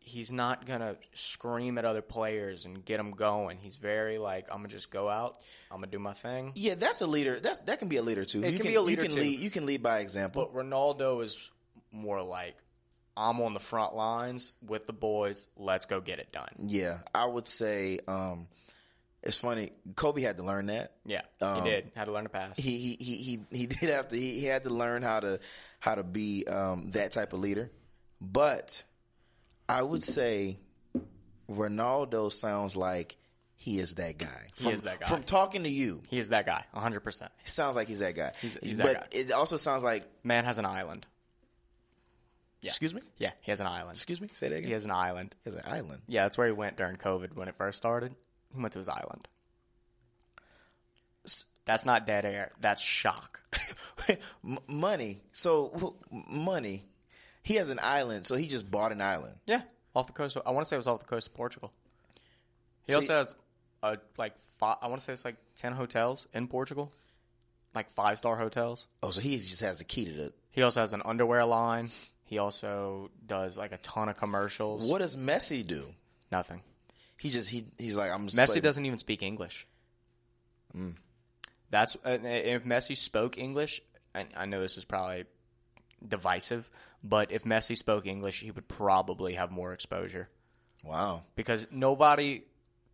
He's not gonna scream at other players and get them going. He's very like, I'm gonna just go out. I'm gonna do my thing. yeah. That's a leader. That's that can be a leader too. It you can be a leader you can too. Lead, you can lead by example. But Ronaldo is more like, I'm on the front lines with the boys. Let's go get it done. yeah, I would say um, it's funny. Kobe had to learn that. Yeah, Um, he did. Had to learn to pass. he he he he he did have to he, he had to learn how to how to be um, that type of leader. But I would say Ronaldo sounds like he is that guy. From, is that guy. From talking to you, He is that guy, 100. percent it sounds like he's that guy. he's that but guy. it also sounds like Man has an island. excuse me, Yeah, he has an island. excuse me, say that again. He has an island. He has an island. Yeah, that's where he went during COVID when it first started. He went to his island. S- That's not dead air. That's shock. M- money. So wh- money. He has an island, so he just bought an island. Yeah, off the coast. Of, I want to say it was off the coast of Portugal. He See- also has uh, like five, I want to say it's like ten hotels in Portugal, like five star hotels. Oh, so he just has the key to the. He also has an underwear line. He also does like a ton of commercials. What does Messi do? Nothing. He just he he's like I'm just Messi playing- doesn't even speak English. That's and if Messi spoke English, and I know this is probably divisive, but if Messi spoke English, he would probably have more exposure Wow. because nobody,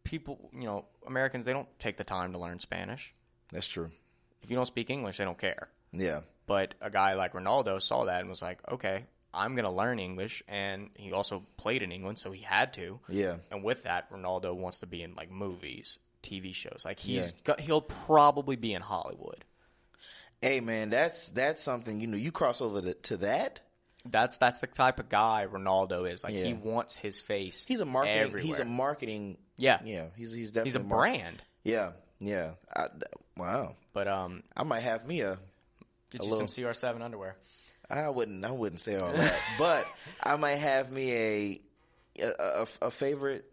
people, you know, Americans, they don't take the time to learn Spanish. That's true. If you don't speak English, they don't care. Yeah. But a guy like Ronaldo saw that and was like, okay, I'm going to learn English. And he also played in England, so he had to. Yeah. And with that, Ronaldo wants to be in like movies, TV shows. Like he's got, he'll probably be in Hollywood. Hey man, that's that's something you know. You cross over to, to that. That's that's the type of guy Ronaldo is. Like Yeah. he wants his face. He's a marketing. Everywhere. He's a marketing. yeah. Yeah, he's he's definitely He's a mar- brand. Yeah, yeah. I, th- wow, But um, I might have me a. get you little- some CR7 underwear. I wouldn't. I wouldn't say all that, but I might have me a a, a, a favorite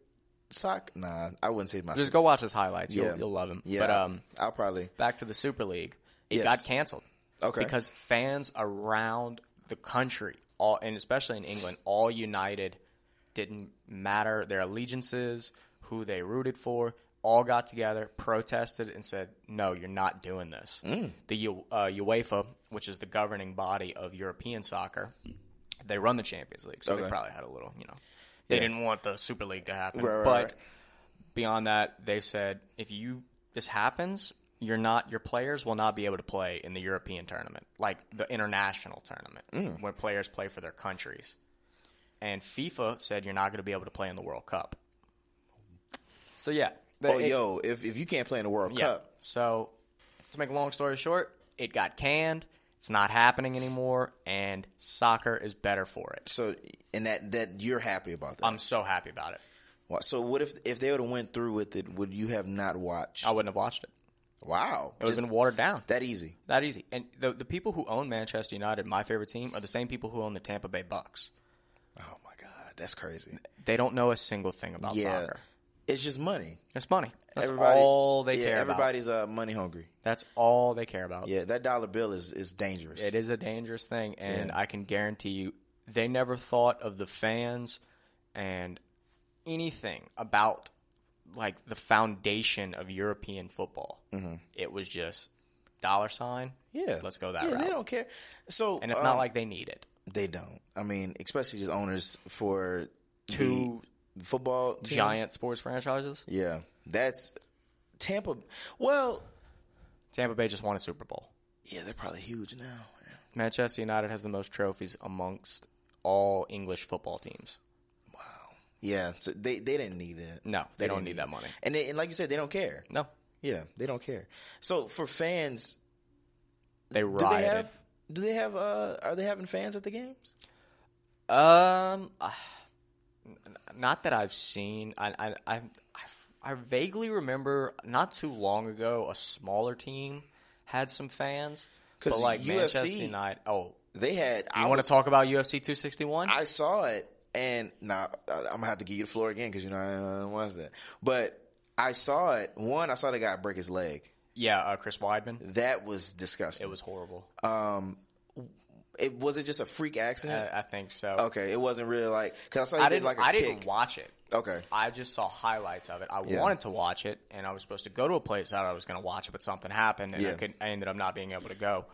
sock. Nah, I wouldn't say my. Just go watch his highlights. You'll Yeah. you'll love him. yeah, But um, I'll probably back to the Super League. It Yes. got canceled. Okay. Because fans around the country, all and especially in England, all united didn't matter their allegiances, who they rooted for, all got together, protested and said, "No, you're not doing this." Mm. The U, uh, UEFA, which is the governing body of European soccer, they run the Champions League, so Okay. they probably had a little, you know. They didn't want the Super League to happen, Right, right, but right. beyond that, they said if you this happens, you're not your players will not be able to play in the European tournament, like the international tournament, Hmm. where players play for their countries. And FIFA said you're not going to be able to play in the World Cup. So yeah, the- Oh, it- yo, if if you can't play in the World yeah. Cup, So to make a long story short, it got canned. It's not happening anymore, and soccer is better for it. so and that that you're happy about that. I'm so happy about it. Wow. so what if if they would have went through with it? Would you have not watched? I wouldn't have watched it. wow, It would Just have been watered down. that easy. That easy. And the the people who own Manchester United, my favorite team, are the same people who own the Tampa Bay Bucks. Oh my god, that's crazy. They don't know a single thing about Yeah, soccer. it's just money. It's money. That's all they yeah, care about. everybody's uh, money hungry. That's all they care about. Yeah, that dollar bill is is dangerous. It is a dangerous thing, and I can guarantee you, they never thought of the fans and anything about like the foundation of European football. Mm-hmm. It was just dollar sign. Yeah, let's go that yeah, route. They don't care. So and it's um, not like they need it. they don't. I mean, especially these owners for two Two football teams. giant sports franchises. Yeah, that's Tampa. Well, Tampa Bay just won a Super Bowl. yeah, they're probably huge now. Yeah. Manchester United has the most trophies amongst all English football teams. Yeah, so they they didn't need it. No, they, don't didn't need that money. And they, and like you said, they don't care. No, Yeah, they don't care. So for fans, they do rioted. they have? Do they have? Uh, are they having fans at the games? Um, uh, n- not that I've seen. I I I, I vaguely remember not too long ago a smaller team had some fans, 'Cause but like UFC Manchester United. Oh, They had. you I want want to talk about UFC 261? I saw it, and nah, I- I'm gonna have to give you the floor again because you know I uh, watched that. But I saw it. One, I saw the guy break his leg. yeah, uh, Chris Weidman. That was disgusting. It was horrible. Uh, It was it just a freak accident? I, I think so. okay, it wasn't really like because I saw he Uh, I did didn't. like a I kick. didn't watch it. okay, I just saw highlights of it. I wanted to watch it, and I was supposed to go to a place that I was going to watch it, but something happened, and I, Yeah. could, I ended up not being able to go.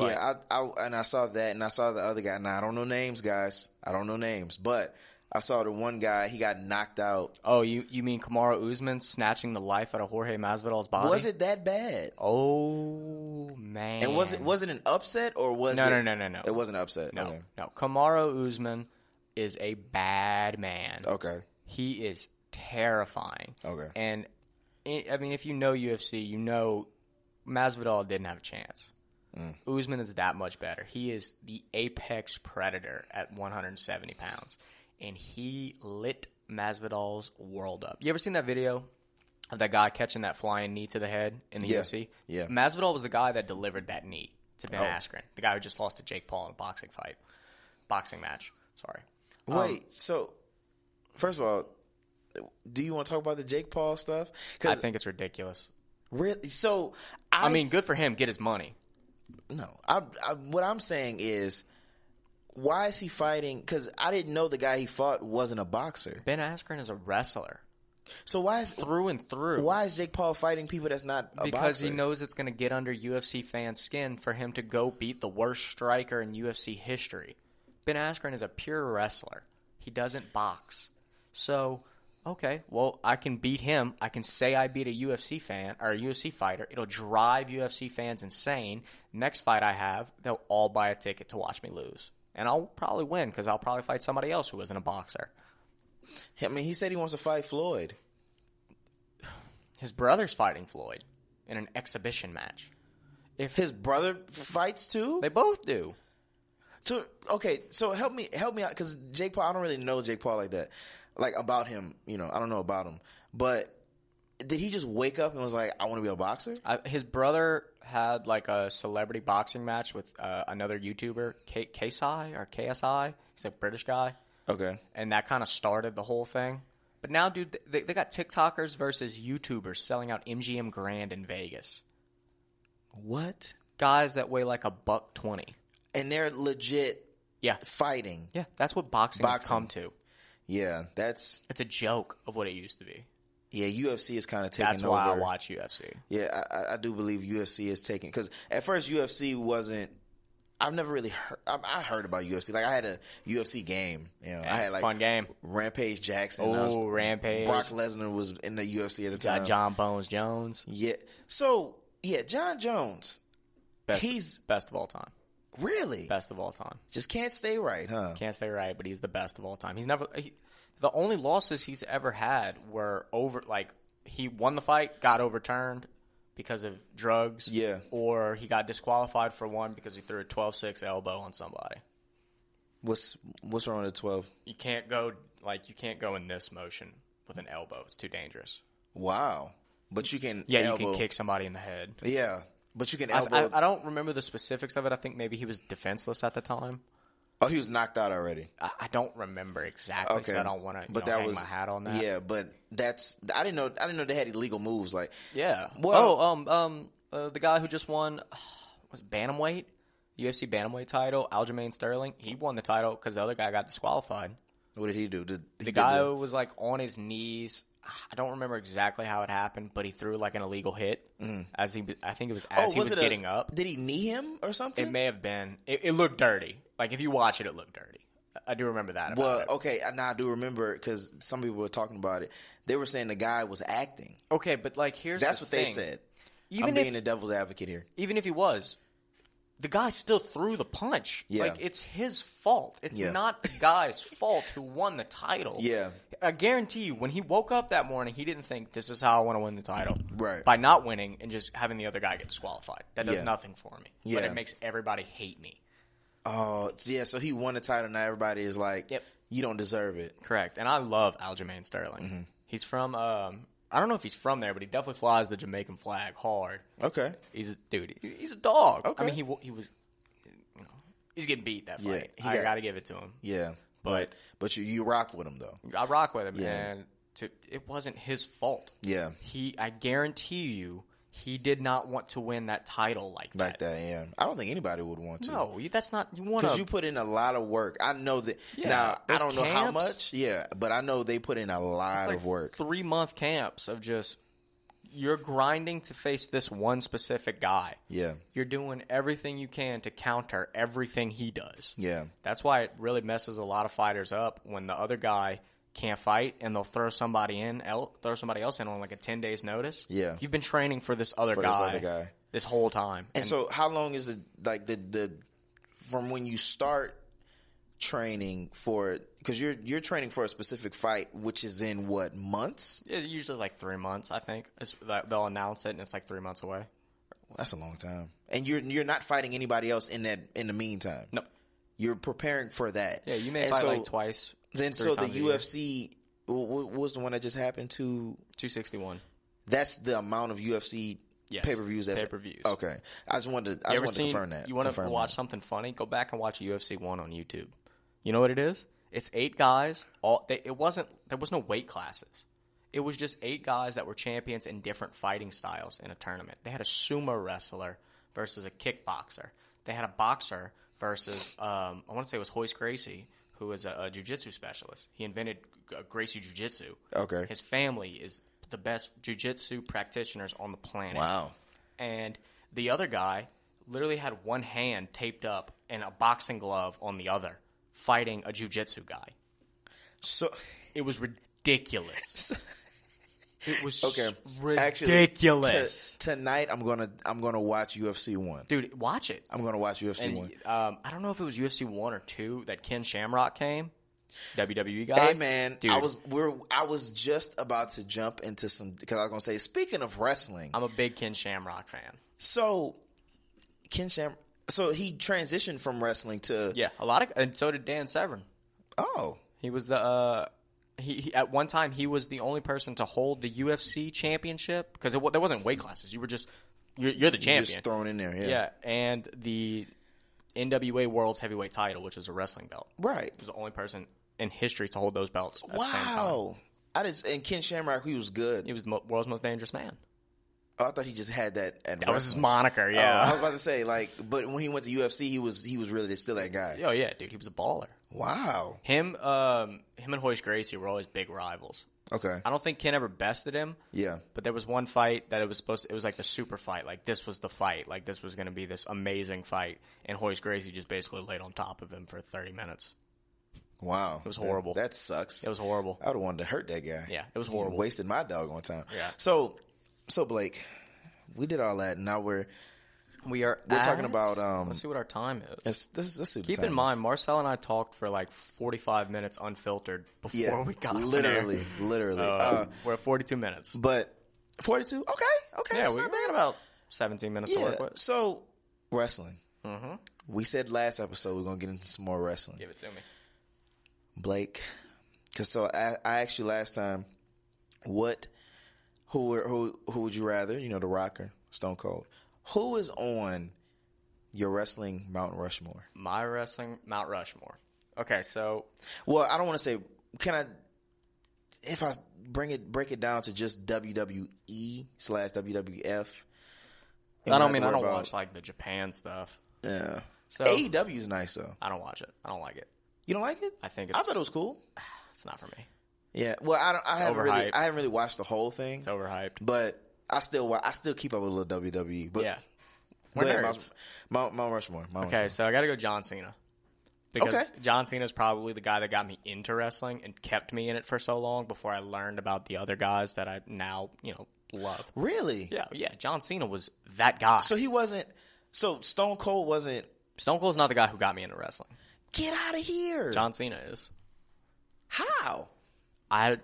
yeah, I, I and I saw that, and I saw the other guy. Now I don't know names, guys. I don't know names, but I saw the one guy. He got knocked out. Oh, you you mean Kamara Usman snatching the life out of Jorge Masvidal's body? Was it that bad? Oh man! And was it was it an upset or was No, it, no, no, no, no. It wasn't an upset. no Okay. no? Kamara Usman is a bad man. Okay. He is terrifying. Okay. And i I mean, if you know UFC, you know Masvidal didn't have a chance. Mm. Usman is that much better. He is the apex predator at 170 pounds, and he lit Masvidal's world up. You ever seen that video of that guy catching that flying knee to the head in the Yeah. UFC? Yeah. Oh. Masvidal was the guy that delivered that knee to Ben Askren, the guy who just lost to Jake Paul in a boxing fight, boxing match. Sorry. Um, Wait, so first of all, do you want to talk about the Jake Paul stuff? I Because think it's ridiculous. really, so I, I, mean, good for him. Get his money. no. I, I what I'm saying is, why is he fighting? Because I didn't know the guy he fought wasn't a boxer. Ben Askren is a wrestler So why is through and through. why is Jake Paul fighting people that's not a Because boxer? he knows it's going to get under UFC fans' skin for him to go beat the worst striker in UFC history. Ben Askren is a pure wrestler. He doesn't box. So, okay, well, I can beat him. I can say I beat a UFC fan or a UFC fighter. It'll drive UFC fans insane. Next fight I have, they'll all buy a ticket to watch me lose. And I'll probably win because I'll probably fight somebody else who isn't a boxer. I mean, he said he wants to fight Floyd. His brother's fighting Floyd in an exhibition match. If His brother fights too. they both do, So okay, so help me help me out because Jake Paul. I don't really know Jake Paul like that, like about him. You know, I don't know about him. But did he just wake up and was like, "I want to be a boxer"? I, his brother had like a celebrity boxing match with uh, another YouTuber, K- KSI or KSI. He's a British guy, Okay, and that kind of started the whole thing. But now, dude, they, they got TikTokers versus YouTubers selling out MGM Grand in Vegas. what? Guys that weigh like a buck twenty. And they're legit Yeah, fighting. yeah, that's what boxing, has Boxing. come to. Yeah, that's It's a joke of what it used to be. yeah. UFC is kind of taking That's over. why I watch UFC. Yeah, I- I, I do believe UFC is taking because at first UFC wasn't. I've never really heard. I, I heard about UFC. Like I had a UFC game. You know, I it's had a like fun game. Rampage Jackson. I was- Oh, Rampage. Brock Lesnar was in the UFC at the time. got John Bones Jones. Yeah. So yeah, John Jones. Best, He's- best of all time. Really, Best of all time. just can't stay right, huh? Can't stay right, but he's the best of all time. He's never. He, the only losses he's ever had were over. Like he won the fight, got overturned because of drugs. Yeah. Or he got disqualified for one because he threw a 12-6 elbow on somebody. What's what's wrong with the twelve? You can't go like you can't go in this motion with an elbow. It's too dangerous. Wow. But you can. Yeah, elbow. you can kick somebody in the head. Yeah, but you can I, elbow. I, I don't remember the specifics of it. I think maybe he was defenseless at the time. oh, he was knocked out already. I, I don't remember exactly, Okay, so I don't want to. But know, that hang was my hat on that. Yeah, but that's I didn't know. I didn't know they had illegal moves like. yeah. Well- oh, um, um, uh, the guy who just won was it bantamweight, UFC bantamweight title, Aljamain Sterling. He won the title because the other guy got disqualified. What did he do? Did The he did guy the- was like on his knees. I don't remember exactly how it happened, but he threw like an illegal hit as he. I think it was as Mm. Oh, he was, it a- getting up. Did he knee him or It something? may have been. It, it looked dirty. Like if you watch it, it looked dirty. I do remember that. About well, it. okay, I- now I do remember because some people were talking about it. They were saying the guy was acting. Okay, but like here's That's the what they thing. said. Even I'm if being the devil's advocate here. even if he was, the guy still threw the punch. Yeah. Like it's his fault. It's Yeah. not the guy's fault who won the title. Yeah. I guarantee you, when he woke up that morning, he didn't think this is how I want to win the title. Right. By not winning and just having the other guy get disqualified. That does Yeah. nothing for me. But Yeah. it makes everybody hate me. Oh, yeah. So he won the title. Now everybody is like, Yep. you don't deserve it. Correct. And I love Aljamain Sterling. Mm-hmm. He's from um I don't know if he's from there, but he definitely flies the Jamaican flag hard. Okay. He's a dude. he- He's a dog. Okay. I mean, he wa- he was. You know, he's getting beat that Yeah, fight. he I got- got to give it to him. Yeah. But But- but you, you rock with him though. I rock with him, Yeah. and to, it wasn't his fault. Yeah. He, I guarantee you, he did not want to win that title like that. Like that. Yeah. I don't think anybody would want to. No, you, that's not. You want Because to? you put in a lot of work. I know that. Yeah, now I there's don't know how camps. much. Yeah, but I know they put in a lot like of work. Three month camps of just you're grinding to face this one specific guy. yeah, You're doing everything you can to counter everything he does. yeah, That's why it really messes a lot of fighters up when the other guy can't fight and they'll throw somebody in, el- throw somebody else in on like a ten days notice. Yeah. you've been training for this other For guy, this other guy. this whole time. And so, how long is it like the the from when you start training for? Because you're you're training for a specific fight, which is in what months? It's usually like three months, I think. It's, like, they'll announce it and it's like three months away. That's a long time. And you're you're not fighting anybody else in that in the meantime. No, You're preparing for that. yeah, you may And fight so- like twice. And three so the times a year. UFC wh- wh- was the one that just happened to 261. That's the amount of UFC Yes. pay per views. That's Pay-per-views. Okay, I just wanted to. I You ever just wanted to seen? confirm that. you want to Confirm watch something funny? Go back and watch UFC one on YouTube. You know what it is? It's eight guys. All they, it wasn't. There was no weight classes. It was just eight guys that were champions in different fighting styles in a tournament. They had a sumo wrestler versus a kickboxer. They had a boxer versus um, I want to say it was Hoist Gracie, who was a, a jujitsu specialist. He invented uh, Gracie jujitsu. Okay. His family is the best jujitsu practitioners on the planet that. Wow. and the other guy literally had one hand taped up and a boxing glove on the other, fighting a jujitsu guy. So It was ridiculous. it was okay, okay. actually, ridiculous, t- tonight I'm gonna I'm gonna watch UFC one. dude. Watch it. I'm gonna watch UFC one. Um, I don't know if it was UFC one or two that Ken Shamrock came WWE guy. Hey man, Dude. I was we're I was just about to jump into some because I was gonna say speaking of wrestling, I'm a big Ken Shamrock fan. so Ken Sham, so he transitioned from wrestling to Yeah, a lot of, and so did Dan Severn. oh He was the uh, he, he at one time he was the only person to hold the UFC championship because wa there wasn't weight classes. You were just you're, you're the champion. just thrown in there yeah, yeah, and the NWA World's Heavyweight Title, which is a wrestling belt, right was the only person in history to hold those belts at the same time. wow I just and Ken Shamrock he was good He was the mo- world's most dangerous man. oh, I thought he just had that at That was his wrestling. moniker. Oh, I Yeah. was about to say like but when he went to UFC he was he was really still that guy oh yeah, dude, he was a baller. wow Him, um, him and Hoist Gracie were always big rivals. okay I don't think Ken ever bested him, yeah but there was one fight that it was supposed to, it was like the super fight. Like this was the fight. Like this was going to be this amazing fight. And Hoist Gracie just basically laid on top of him for 30 minutes. wow it was horrible. that, that sucks It was horrible. I would have wanted to hurt that guy Yeah, it was horrible. wasted my doggone time Yeah. so so Blake we did all that and now we're We are, We're talking at- about, um, let's see what our time is. let's let's, let's see what the Keep time in is. mind, Marcel and I talked for like 45 minutes unfiltered before yeah we got on air. literally literally uh, We're at 42 minutes. but 42 okay okay Yeah, that's we not got bad. about 17 minutes to yeah work with. Mm-hmm. so wrestling we said last episode we're gonna get into some more wrestling Give it to me. Blake. Cause so I, I asked you last time, what, who, are- who, who would you rather? You know, The Rocker, Stone Cold. Who is on your wrestling Mount Rushmore? My wrestling Mount Rushmore. Okay, so Well, I don't want to say. Can I? If I bring it, break it down to just WWE slash WWF. and I we don't have mean to I worry don't about- watch like the Japan stuff. Yeah. So AEW is nice though. I don't watch it. I don't like it. You don't like it? I think I it's thought it was cool. it's not for me. Yeah. Well, I don't. I haven't really. overhyped. I haven't really watched the whole thing. It's overhyped. but I still wa- I still keep up with a little WWE. But yeah. We're go ahead, nerds. Mount, Mount, Mount Rushmore. Mount Okay, so I got to go John Cena. Because Okay. John Cena is probably the guy that got me into wrestling and kept me in it for so long before I learned about the other guys that I now, you know, love. Rushmore. really? Yeah, yeah, John Cena was that guy. So he wasn't. So Stone Cold wasn't. Stone Cold's not the guy who got me into wrestling. Get out of here! John Cena is. How? I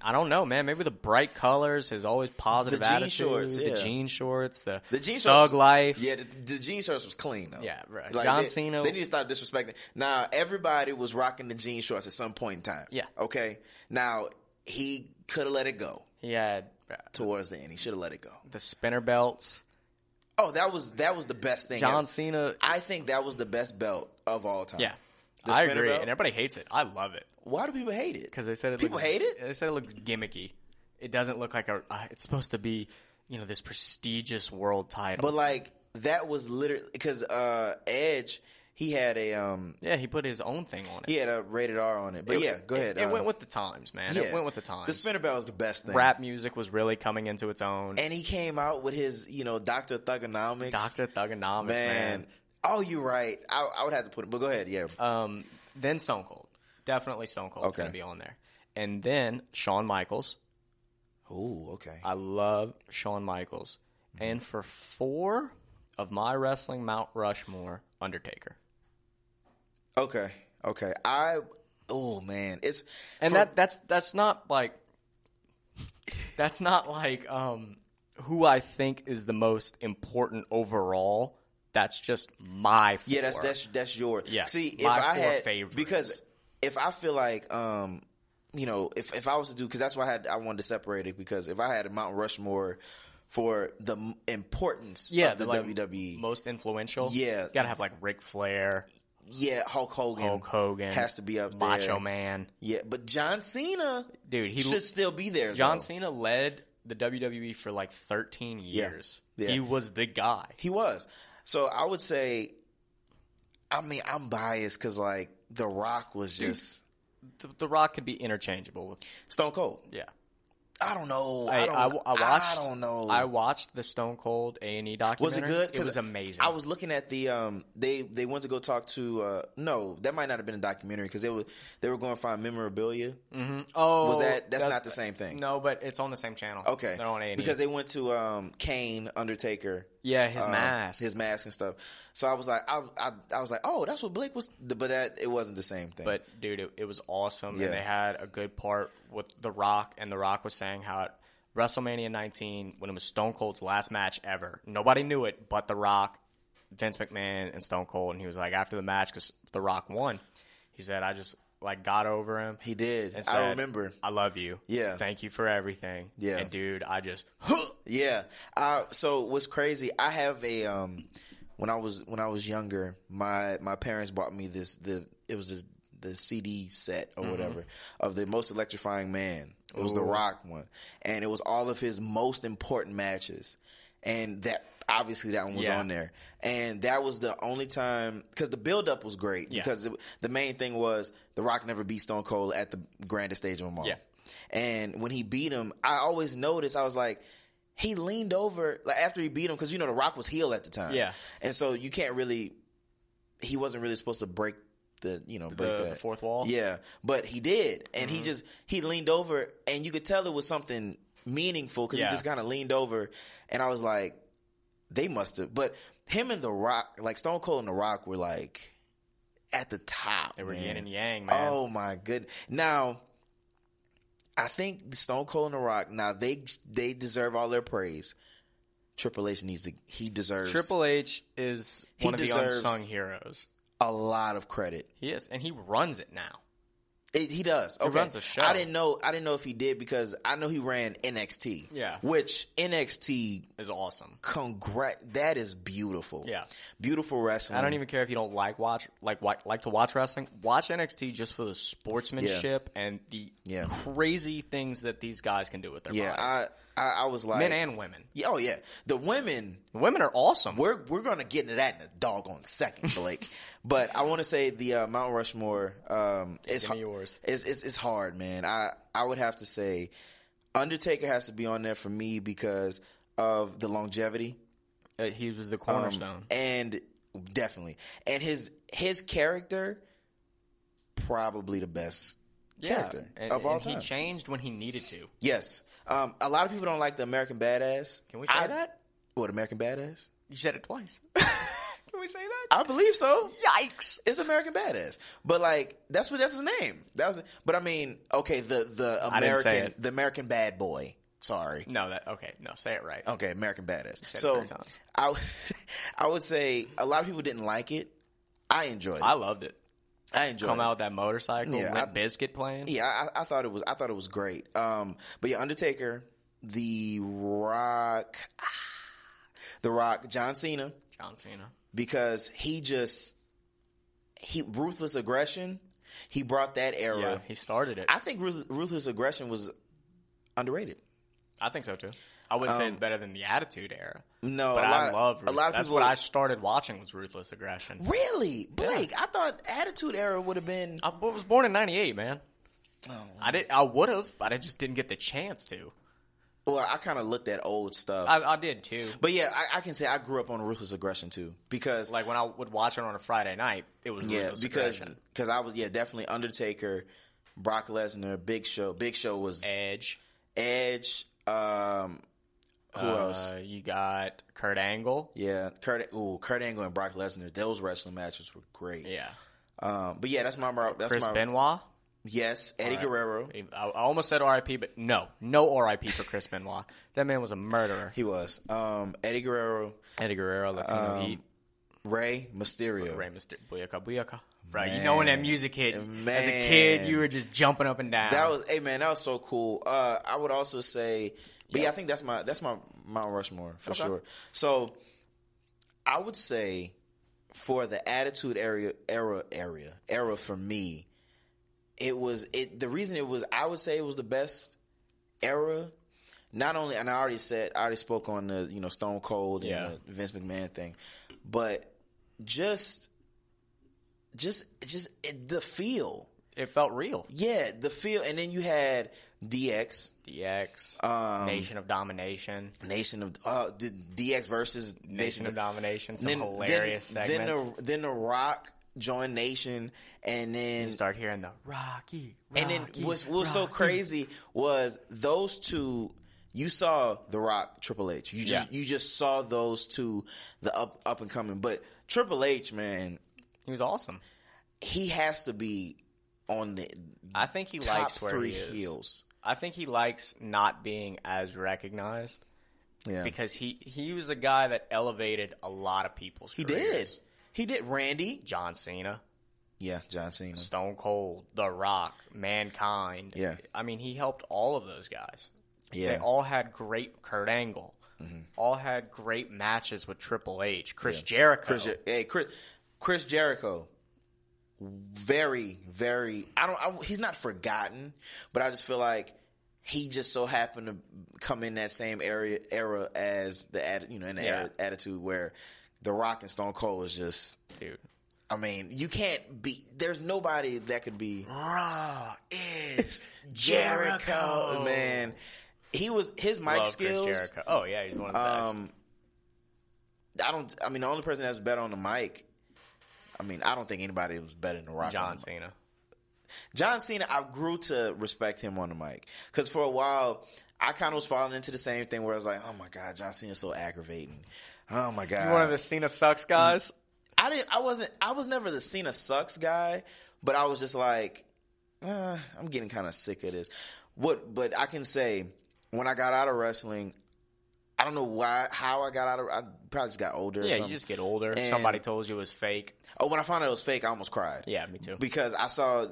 I don't know, man. Maybe the bright colors, his always positive The jean attitude, shorts, yeah. the jean shorts, the The jean thug shorts- life. Yeah, the, the jean shorts was clean though. Yeah, right. John they, Cena- They need to stop disrespecting. Now everybody was rocking the jean shorts at some point in time. Yeah. Okay. Now he could have let it go He had uh, towards the end. He should have let it go. the spinner belts. Oh, that was that was the best thing. John ever. Cena. I think that was the best belt of all time. Yeah, The I spinner agree, belt? and everybody hates it. I love it Why do people hate it? because they said it. People looks, hate it? They said it looks gimmicky. It doesn't look like a. Uh, it's supposed to be, you know, this prestigious world title. But like that was literally because uh, Edge he had a um yeah, he put his own thing on it. he had a rated R on it. But yeah, go ahead. It, uh, went with the times, man. yeah. It went with the times. The spinner belt was the best thing. Rap music was really coming into its own. And he came out with his you know Doctor Thugonomics. Doctor Thugonomics, man. man. Oh, you're right. I, I would have to put it. But go ahead. Yeah. Um, then Stone Cold, definitely Stone Cold's Okay. going to be on there, and then Shawn Michaels. Ooh. Okay. I love Shawn Michaels, and for four of my wrestling Mount Rushmore, Undertaker, Okay. Okay. I. Oh man. It's and for- that that's that's not like that's not like um who I think is the most important overall. That's just my four. Yeah, that's that's that's yours. Yeah, See, if my I four had favorites. because if I feel like um, you know, if if I was to do because that's why I had I wanted to separate it because if I had a Mount Rushmore for the m- importance yeah of the like, WWE, most influential. Yeah. you gotta have like Ric Flair, yeah, Hulk Hogan, Hulk Hogan has to be up there. Macho Man. Yeah, but John Cena Dude, he should still be there. John though. Cena led the WWE for like 13 years. Yeah. He was the guy. He was. So I would say, I mean, I'm biased because like The Rock was just The, the Rock could be interchangeable with Stone Cold. yeah. I don't know. I, don't, I, I watched. I don't know. I watched the Stone Cold A and E Mm. Was it documentary. good? It 'Cause was amazing. I was looking at the um they they went to go talk to uh no that might not have been a documentary because they were they were going to find memorabilia. oh, Was that that's, not the same thing? No, but it's on the same channel. Okay, they're on A and E. because they went to um Kane Undertaker Yeah, his uh, mask. his mask and stuff. So I was like, I, I, I was like, oh, that's what Blake was, but that it wasn't the same thing. but dude, it, it was awesome, Yeah. and they had a good part with The Rock, and The Rock was saying how at WrestleMania 19, when it was Stone Cold's last match ever, nobody knew it but The Rock, Vince McMahon, and Stone Cold, and he was like after the match because The Rock won, he said, "I just like got over him." he did. and I said, remember. I love you. Yeah. Thank you for everything. Yeah. And dude, I just Yeah. Uh, so what's crazy? I have a um, when I was when I was younger, my my parents bought me this the it was this the CD set Mm-hmm. or whatever of the most electrifying man. It was the Rock one, and it was all of his most important matches. And that obviously that one was Yeah. on there, and that was the only time because the build up was great because it, the main thing was the Rock never beat Stone Cold at the grandest stage of them all. Yeah. And when he beat him, I always noticed, I was like, he leaned over, like after he beat him, because you know, The Rock was heel at the time. Yeah. And so you can't really, he wasn't really supposed to break the, you know, break the, that. the fourth wall. Mm-hmm. Yeah. But he did. And he just, he leaned over, and you could tell it was something meaningful because Yeah. he just kind of leaned over, and I was like, they must have. But him and The Rock, like Stone Cold and The Rock were like at the top. They were man. yin and yang, man. Oh my goodness! Now, I think Stone Cold and The Rock. Now they they deserve all their praise. Triple H needs to. He deserves Triple H is He one of deserves- the unsung heroes. a lot of credit. He is, and he runs it now. It, he does. Okay. runs the show. I didn't know. I didn't know if he did because I know he ran NXT. Yeah. Which NXT, Is awesome. congrat. That is beautiful. Yeah. Beautiful wrestling. I don't even care if you don't like watch like wa- like to watch wrestling. Watch NXT just for the sportsmanship and the Yeah. crazy things that these guys can do with their Yeah. bodies, I, I I was like. men and women. Yeah, oh yeah. The women Women are awesome. We're we're gonna get into that in a doggone second, Blake. but I want to say the uh, Mount Rushmore. Um, it's Give me hard. yours. It's, it's it's hard, man. I I would have to say Undertaker has to be on there for me because of the longevity Um, Uh, He was the cornerstone. and definitely and his his character probably the best character and, of all and time. He changed when he needed to. yes. Um, a lot of people don't like the American Badass. Can we say I- that? What American Badass? You said it twice. Can we say that? I believe so. Yikes! It's American Badass. But like that's what that's his name. That was but I mean, okay, the the American didn't say it. the American bad boy. Sorry. No, that okay. No, say it right. Okay, American Badass. it So three times. I w- I would say a lot of people didn't like it. I enjoyed I it. loved it. I enjoyed Come it. out with that motorcycle, Yeah, yeah, I- Biscuit playing. Yeah, I, I thought it was I thought it was great. Um but yeah, Undertaker, The Rock ah, The Rock, John Cena. John Cena. because he just he ruthless aggression. He brought that era. Yeah, he started it. I, I think ruth- ruthless aggression was underrated. think so too. I wouldn't say it's better than the Attitude Era, Um, No, but a lot, I love. a lot of That's people. what I started watching was Ruthless Aggression. really, Blake. I thought Attitude Era would have been. I was born in '98, man. Oh. I did. I would have, but I just didn't get the chance to. Well, I kind of looked at old stuff, I, I did too. but yeah, I, I can say I grew up on ruthless aggression too because Like when I would watch it on a Friday night, it was yeah, Ruthless because Aggression. because I was yeah definitely Undertaker, Brock Lesnar, Big Show. Big Show was Edge. Edge. Um, who else? Uh, you got Kurt Angle. Yeah, Kurt. Ooh, Kurt Angle and Brock Lesnar. Those wrestling matches were great. Yeah. Um, but yeah, that's my that's Chris my Benoit. yes. Eddie Guerrero. I I almost said RIP, but no, no RIP for Chris Benoit. That man was a murderer. He was um, Eddie Guerrero, Eddie Guerrero, Latino Um, Heat, Ray Mysterio. Rey Mysterio, Booyaka Booyaka. Bro, you know when that music hit as a Man. kid, you were just jumping up and down. That was hey man, that was so cool. Uh, I would also say, but yeah, I think that's my that's my Mount Rushmore for sure. So I would say for the Attitude area era area era for me, it was it the reason it was I would say it was the best era. Not only, and I already said I already spoke on the you know Stone Cold and Yeah. the Vince McMahon thing, but just just just it, the feel it felt real. yeah, the feel, and then you had DX, DX, um, Nation of Domination, Nation of uh, the DX versus Nation of Domination, some then- hilarious then, segments. Then the, then the Rock joined Nation, and then you start hearing the Rocky, Rocky and then what's, what was so Rocky. crazy was those two. You saw The Rock, Triple H. You just Yeah. you just saw those two, the up up and coming. But Triple H, man, He was awesome. he has to be on the I think he top likes where three he is. heels. I think he likes not being as recognized Yeah, because he he was a guy that elevated a lot of people's. he did. He did. Randy. John Cena, Yeah, John Cena. Stone Cold, The Rock, Mankind. Yeah. I mean, he helped all of those guys. Yeah, Mm-hmm. They all had great Kurt Angle. All had great matches with Triple H, Chris Jericho. Chris, Jer- hey, Chris, Chris Jericho, very, very. I don't. I, he's not forgotten, but I just feel like he just so happened to come in that same area era as the atti- you know in the era, attitude where the Rock and Stone Cold was just. Dude, I mean, you can't be. There's nobody that could be Raw is Jericho, man. He was his mic Love skills. Chris Jericho. Oh yeah, he's one of the best. Um, I don't. I mean, the only person that's better on the mic. I mean, I don't think anybody was better than The Rock. on John the mic. Cena. John Cena. I grew to respect him on the mic because for a while I kind of was falling into the same thing where I was like, "Oh my god, John Cena's so aggravating." Oh my god, You one of the Cena sucks guys. I didn't. I wasn't. I was never the Cena sucks guy, but I was just like, uh, I'm getting kind of sick of this. What? But I can say when I got out of wrestling, I don't know why, how I got out of. I probably just got older. or Yeah, you something. just get older. And- Somebody told you it was fake. Oh, when I found out it was fake, I almost cried. Yeah, me too. Because I saw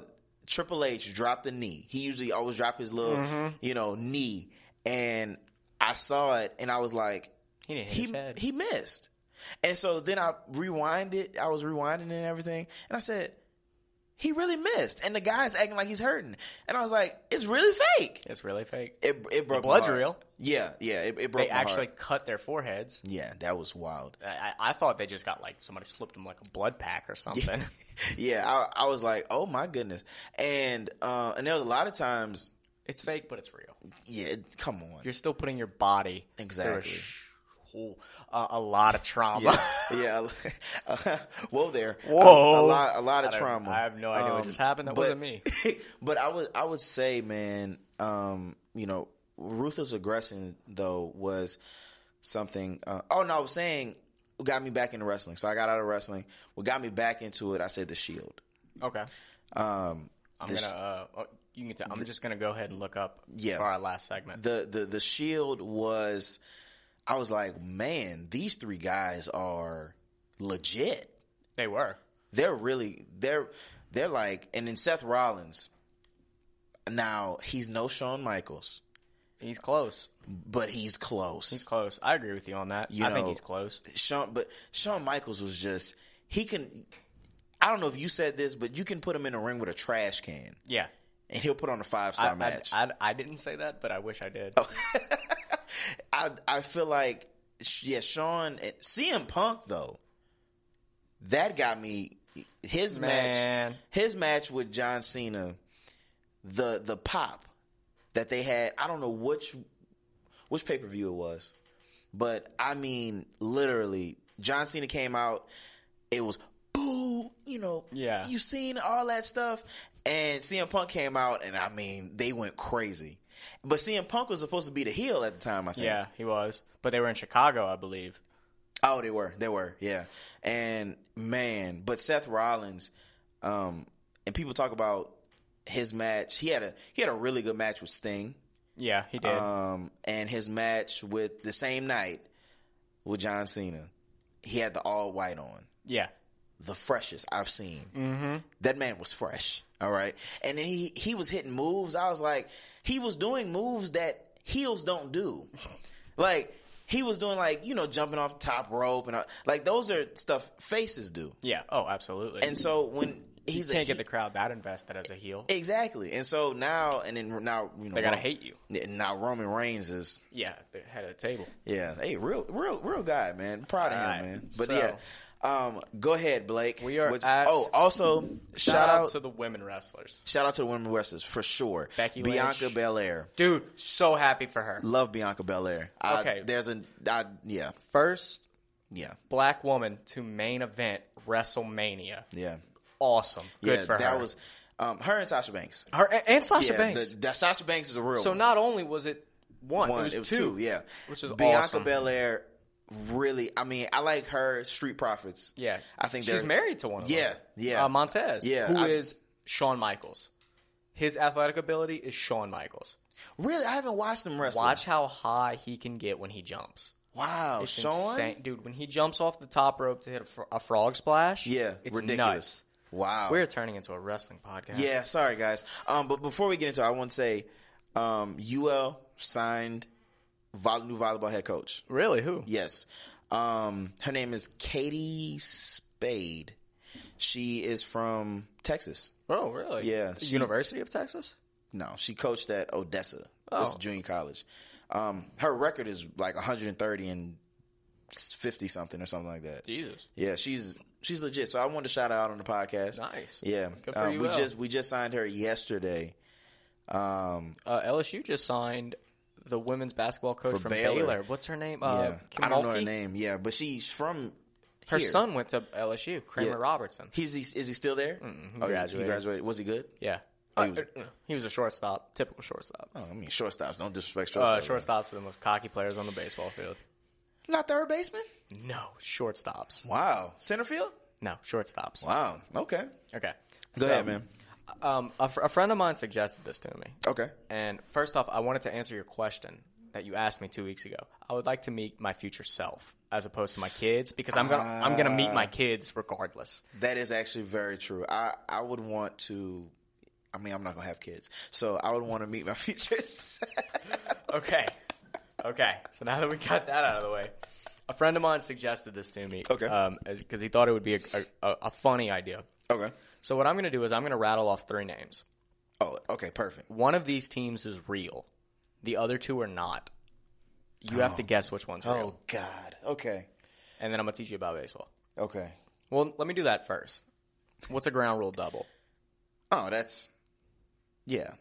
Triple H drop the knee. He usually always drop his little, Mm-hmm. you know, knee, and I saw it, and I was like, He didn't hit he his head. he missed. And so then I rewinded, I was rewinding and everything, and I said, he really missed. And the guy's acting like he's hurting. And I was like, it's really fake. it's really fake. It, it broke my blood's heart. real. Yeah, yeah, it, it broke They my heart. actually cut their foreheads. Yeah, that was wild. I, I I thought they just got like somebody slipped them like a blood pack or something. Yeah, I, I was like, oh my goodness. And uh, and there was a lot of times, it's fake, but it's real. yeah, it- come on. You're still putting your body through a Exactly. sh- whole- uh, a, a lot of trauma. yeah, uh, whoa there. A- Whoa. a, lot, a lot of I don't- trauma. Um, I have no idea what just happened. That wasn't me. but I would, I would say, man, um, you know, ruthless aggression though was something. Uh, oh no, I was saying what got me back into wrestling. So I got out of wrestling. What got me back into it? I said the Shield. Okay. Um, I'm gonna. Uh, oh, you can. Tell, I'm just gonna go ahead and look up Yeah. for our last segment. the the the Shield was. I was like, man, these three guys are legit. They were. they're really they're they're like and then Seth Rollins. Now he's no Shawn Michaels, He's close. but he's close. He's close. I agree with you on that. You I think know- he's close. Shawn, but Shawn Michaels was just he can. I don't know if you said this, but you can put him in a ring with a trash can, Yeah. and he'll put on a five I, star I, match. I, I, I didn't say that, but I wish I did. I feel like yeah, Shawn CM Punk though. That got me his match. Man, his match with John Cena, the the pop that they had, I don't know which which pay per view it was, but I mean, literally, John Cena came out. It was boo, you know, Yeah. you seen all that stuff, and CM Punk came out, and I mean, they went crazy. But CM Punk was supposed to be the heel at the time, I think. yeah, he was. But they were in Chicago, I believe. Oh, they were. They were. Yeah. And man, but Seth Rollins, um, and people talk about his match. He had a he had a really good match with Sting. Yeah, he did. Um, and his match with the same night with John Cena, he had the all white on, yeah, the freshest I've seen. Mm-hmm. That man was fresh. All right. And then he he was hitting moves. I was like, he was doing moves that heels don't do. Like he was doing like you know jumping off the top rope and all, like those are stuff faces do. yeah. Oh, absolutely. And so when he's you can't a, get the crowd that invested as a heel. exactly, and so now and then now you know they gotta hate you. hate. Now Roman Reigns is Yeah, the head of the table. yeah, hey real real real guy man, proud of him Alright, man. But so- yeah. Um, go ahead, Blake. We are What's- at- oh, also shout, Shout out, out to the women wrestlers, shout out to the women wrestlers for sure. Becky Bianca Lynch. Belair, dude. So happy for her. love Bianca Belair. I- Okay. there's a I, yeah First yeah black woman to main event WrestleMania. yeah Awesome. Good yeah, for that her. was um her and Sasha Banks. her and, and Sasha yeah, Banks. The, the Sasha Banks is a real so one. not only was it one. one. It was, two. Yeah, which is Bianca awesome. Belair. Really, I mean, I like her Street Profits. Yeah, I think she's they're- married to one of Yeah, them. yeah. uh, Montez. Yeah, who is I- Shawn Michaels. His athletic ability is Shawn Michaels. Really, I haven't watched them wrestle. Watch how high he can get when he jumps. Wow, It's Shawn. insane. dude. When he jumps off the top rope to hit a, fr- a frog splash, Yeah, it's ridiculous. nuts. Wow. We're turning into a wrestling podcast. yeah, sorry guys. Um, but before we get into, it, I want to say, um, UL signed vol- new volleyball head coach. really? Who? Yes. Um, her name is Katie Spade. She is from Texas. Oh, really? Yeah, The she- University of Texas. No, she coached at Odessa. This is Oh. junior college. Um, her record is like 130 and 50 something or something like that. Jesus, Yeah, she's she's legit. So I wanted to shout her out on the podcast. nice. Yeah, Good for Um, you, we Elle. just we just signed her yesterday. Um, Uh, LSU just signed the women's basketball coach For from Baylor. Baylor. What's her name? Uh, yeah, I don't know her Kimolki? name. Yeah, but she's from Her here. son went to LSU. Kramer Yeah. Robertson. He's he, is he still there? he he's- He graduated. graduated. Was he good? Yeah. Oh, he was- Uh, he was a shortstop, typical shortstop. Oh, I mean, shortstops. Don't disrespect Uh, shortstops. shortstops are the most cocky players on the baseball field. Not third baseman. No, shortstops. Wow, center field. No, shortstops. Wow. Okay. Okay. Go So, ahead, man. Um, a, fr- a friend of mine suggested this to me. Okay. And first off, I wanted to answer your question that you asked me two weeks ago. I would like to meet my future self as opposed to my kids because I'm gonna I'm gonna meet Ah. my kids regardless. That is actually very true. I I would want to. I mean, I'm not gonna have kids, so I would want to meet my features. Okay, okay. So now that we got that out of the way, a friend of mine suggested this to me. Okay. because he thought it would be a, a, a funny idea. okay. So what I'm gonna do is I'm gonna rattle off three names. Oh, okay. Perfect. One of these teams is real. The other two are not. You have to guess which one's real, Oh God. Okay. and then I'm gonna teach you about baseball. Okay. Well, let me do that first. What's a ground rule double? Oh, that's yeah.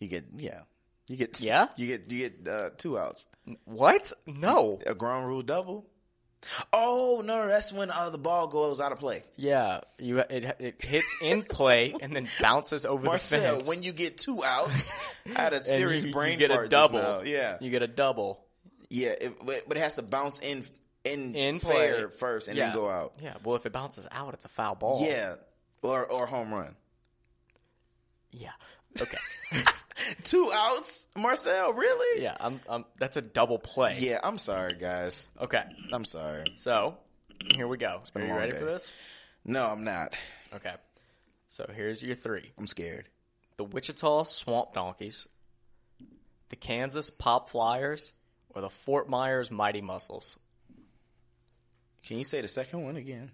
You get yeah. You get Yeah? You get you get uh, two outs. What? No. A ground rule double. Oh no, that's when uh, the ball goes out of play. Yeah, you it, it hits in play and then bounces over the Marcel, fence. when you get two outs, I had a And you- serious you brain get fart a just double. now. Yeah, you get a double. yeah, it, but, but it has to bounce in in, In play. fair first and Yeah. then go out. Yeah. Well, if it bounces out, it's a foul ball. Yeah, or or home run. Yeah. Okay. Two outs, Marcel. Really? yeah. I'm, I'm. That's a double play. Yeah, I'm sorry, guys. Okay. I'm sorry. So here we go. Are a you long ready day. for this? No, I'm not. Okay. So here's your three: I'm scared. the Wichita Swamp Donkeys, the Kansas Pop Flyers, or the Fort Myers Mighty Muscles. Can you say the second one again?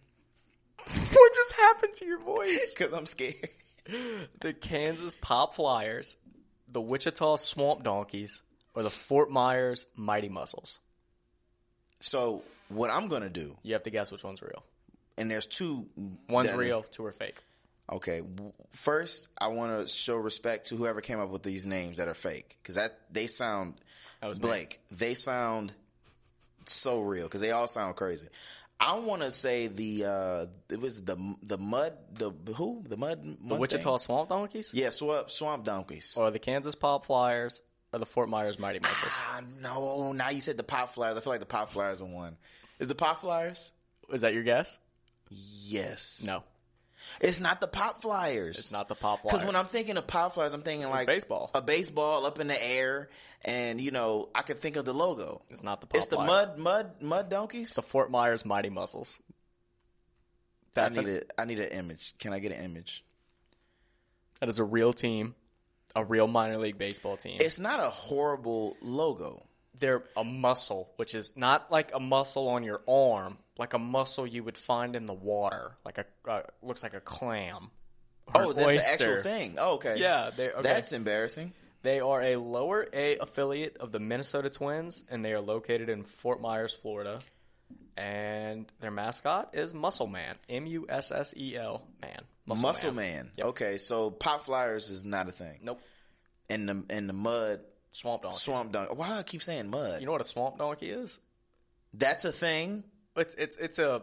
what just happened to your voice? Because I'm scared. the Kansas Pop Flyers, the Wichita Swamp Donkeys, or the Fort Myers Mighty Muscles. So what I'm gonna do, You have to guess which one's real. and there's two. One's that- real, two are fake. Okay. w- First, I want to show respect to whoever came up with these names that are fake, because that they sound That was me. Blake. They sound so real because they all sound crazy. I want to say the uh, it was the the mud the who the mud The Wichita Oh, Swamp Donkeys, yeah swamp swamp donkeys. or the Kansas Pop Flyers, or the Fort Myers Mighty Muscles. Ah, no, now you said the pop flyers. I feel like the pop flyers are one. Is the pop flyers? Is that your guess? Yes. No, It's not the pop flyers. it's not the Pop Flyers. Because when I'm thinking of pop flyers, I'm thinking like uh, baseball, a baseball up in the air, and you know I could think of the logo. it's not the Pop it's the Flyers. mud, mud, mud donkeys. The Fort Myers Mighty Muscles. I That's need a, it. I need an image. Can I get an image? that is a real team, a real minor league baseball team. It's not a horrible logo. they're a muscle, which is not like a muscle on your arm, like a muscle you would find in the water, like a uh, looks like a clam. or Oh, an that's oyster. an actual thing. Oh, okay. Yeah, they okay. That's embarrassing. they are a lower A affiliate of the Minnesota Twins, and they are located in Fort Myers, Florida. And their mascot is Muscle Man, M U S S E L Man. Muscle, Man. Okay, so pop flyers is not a thing. Nope. And the and the mud Swamp donkey. swamp dunk. Why I keep saying mud? You know what a swamp donkey is? that's a thing. It's it's it's a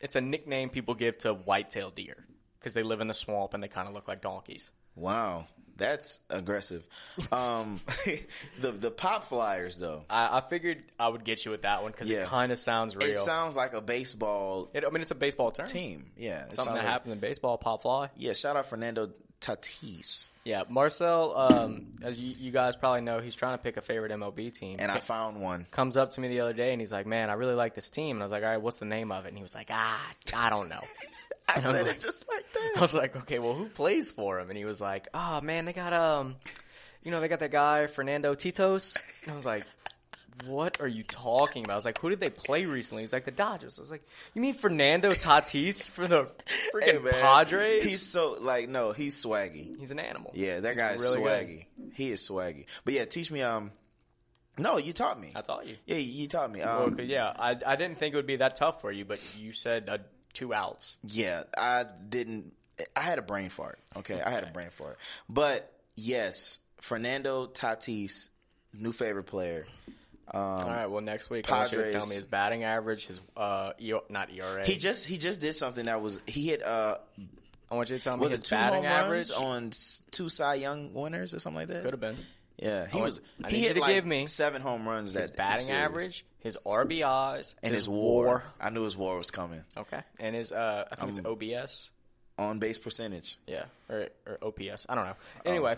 it's a nickname people give to white-tailed deer because they live in the swamp and they kind of look like donkeys. Wow, that's aggressive. Um, the the pop flyers though, I, I figured I would get you with that one because Yeah. it kind of sounds real. it sounds like a baseball It- I mean, it's a baseball term. team. Yeah, it Something sounds that like- happened in baseball, pop fly. Yeah, shout out Fernando Tatis, Yeah, Marcel, um, as you, you guys probably know, he's trying to pick a favorite MLB team. and I found one. comes up to me the other day and he's like, "Man, I really like this team." And I was like, "All right, what's the name of it?" And he was like, "Ah, I don't know." I was said like- it just like I that. was like, "Okay, well, who plays for him?" And he was like, "Oh man, they got um, you know, they got that guy Fernando Titos." And I was like. What are you talking about? I was like, who did they play recently? He's like, the Dodgers. I was like, you mean Fernando Tatis for the Hey, freaking man, Padres? He's so like no, he's swaggy. He's an animal. Yeah, that He's guy's really good. swaggy. He is swaggy. But yeah, teach me. Um, no, you taught me. I taught you. Yeah, you taught me. Well, Um, 'cause, yeah, I, I didn't think it would be that tough for you, but you said uh, two outs. Yeah, I didn't. I had a brain fart. Okay, I had a brain fart. But yes, Fernando Tatis, new favorite player. All right. Well, next week I want you to tell Um, Padres. me his batting average, his uh, e- not ERA. He just he just did something that was he hit uh I want you to tell me was his it two batting home average. runs on s- two Cy Young winners or something like that. Could have been Yeah, he was. Oh, I he need you hit to like give me seven home runs. his that batting series. average, his RBIs, and his war. I knew his war was coming. Okay, and his uh, I Um, think it's OBS. On base percentage. Yeah, or or OPS. I don't know. Anyway,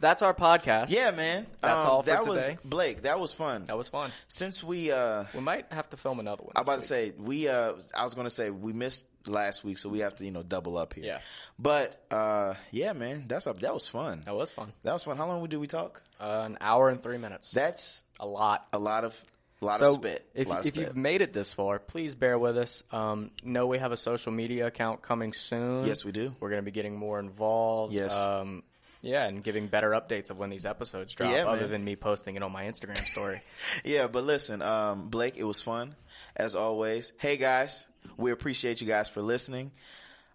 that's our podcast. Um, Yeah, man. Um, That's all for that today. was Blake. That was fun. that was fun. Since we uh We might have to film another one. I'm about to say we uh I was gonna say we missed last week, so we have to, you know, double up here. Yeah. But uh yeah, man, that's up that was fun. that was fun. That was fun. How long did we talk? Uh, an hour and three minutes. That's a lot. a lot of lot So of spit. if, lot of if spit. you've made it this far, please bear with us. Um, know we have a social media account coming soon. Yes, we do. We're going to be getting more involved. Yes. Um, yeah, and giving better updates of when these episodes drop, Yeah, other man. than me posting it on my Instagram story. Yeah, but listen, um, Blake, it was fun as always. Hey guys, we appreciate you guys for listening.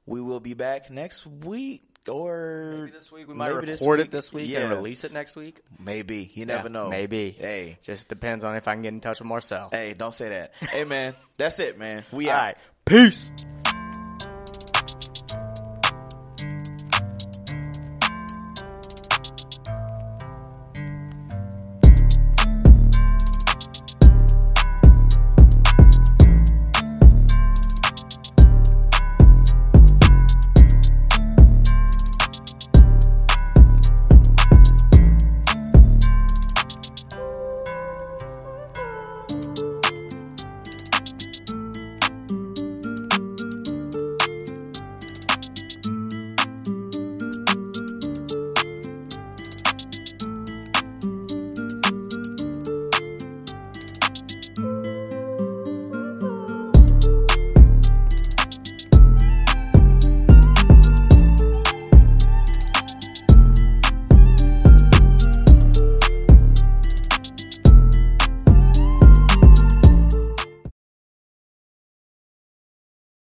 We will be back next week or maybe this week we might maybe this record week. it this week Yeah. and release it next week. Maybe you never Yeah, know. Maybe. Hey, just depends on if I can get in touch with Marcel. hey, don't say that. hey, man, that's it, man. We All out. right, peace.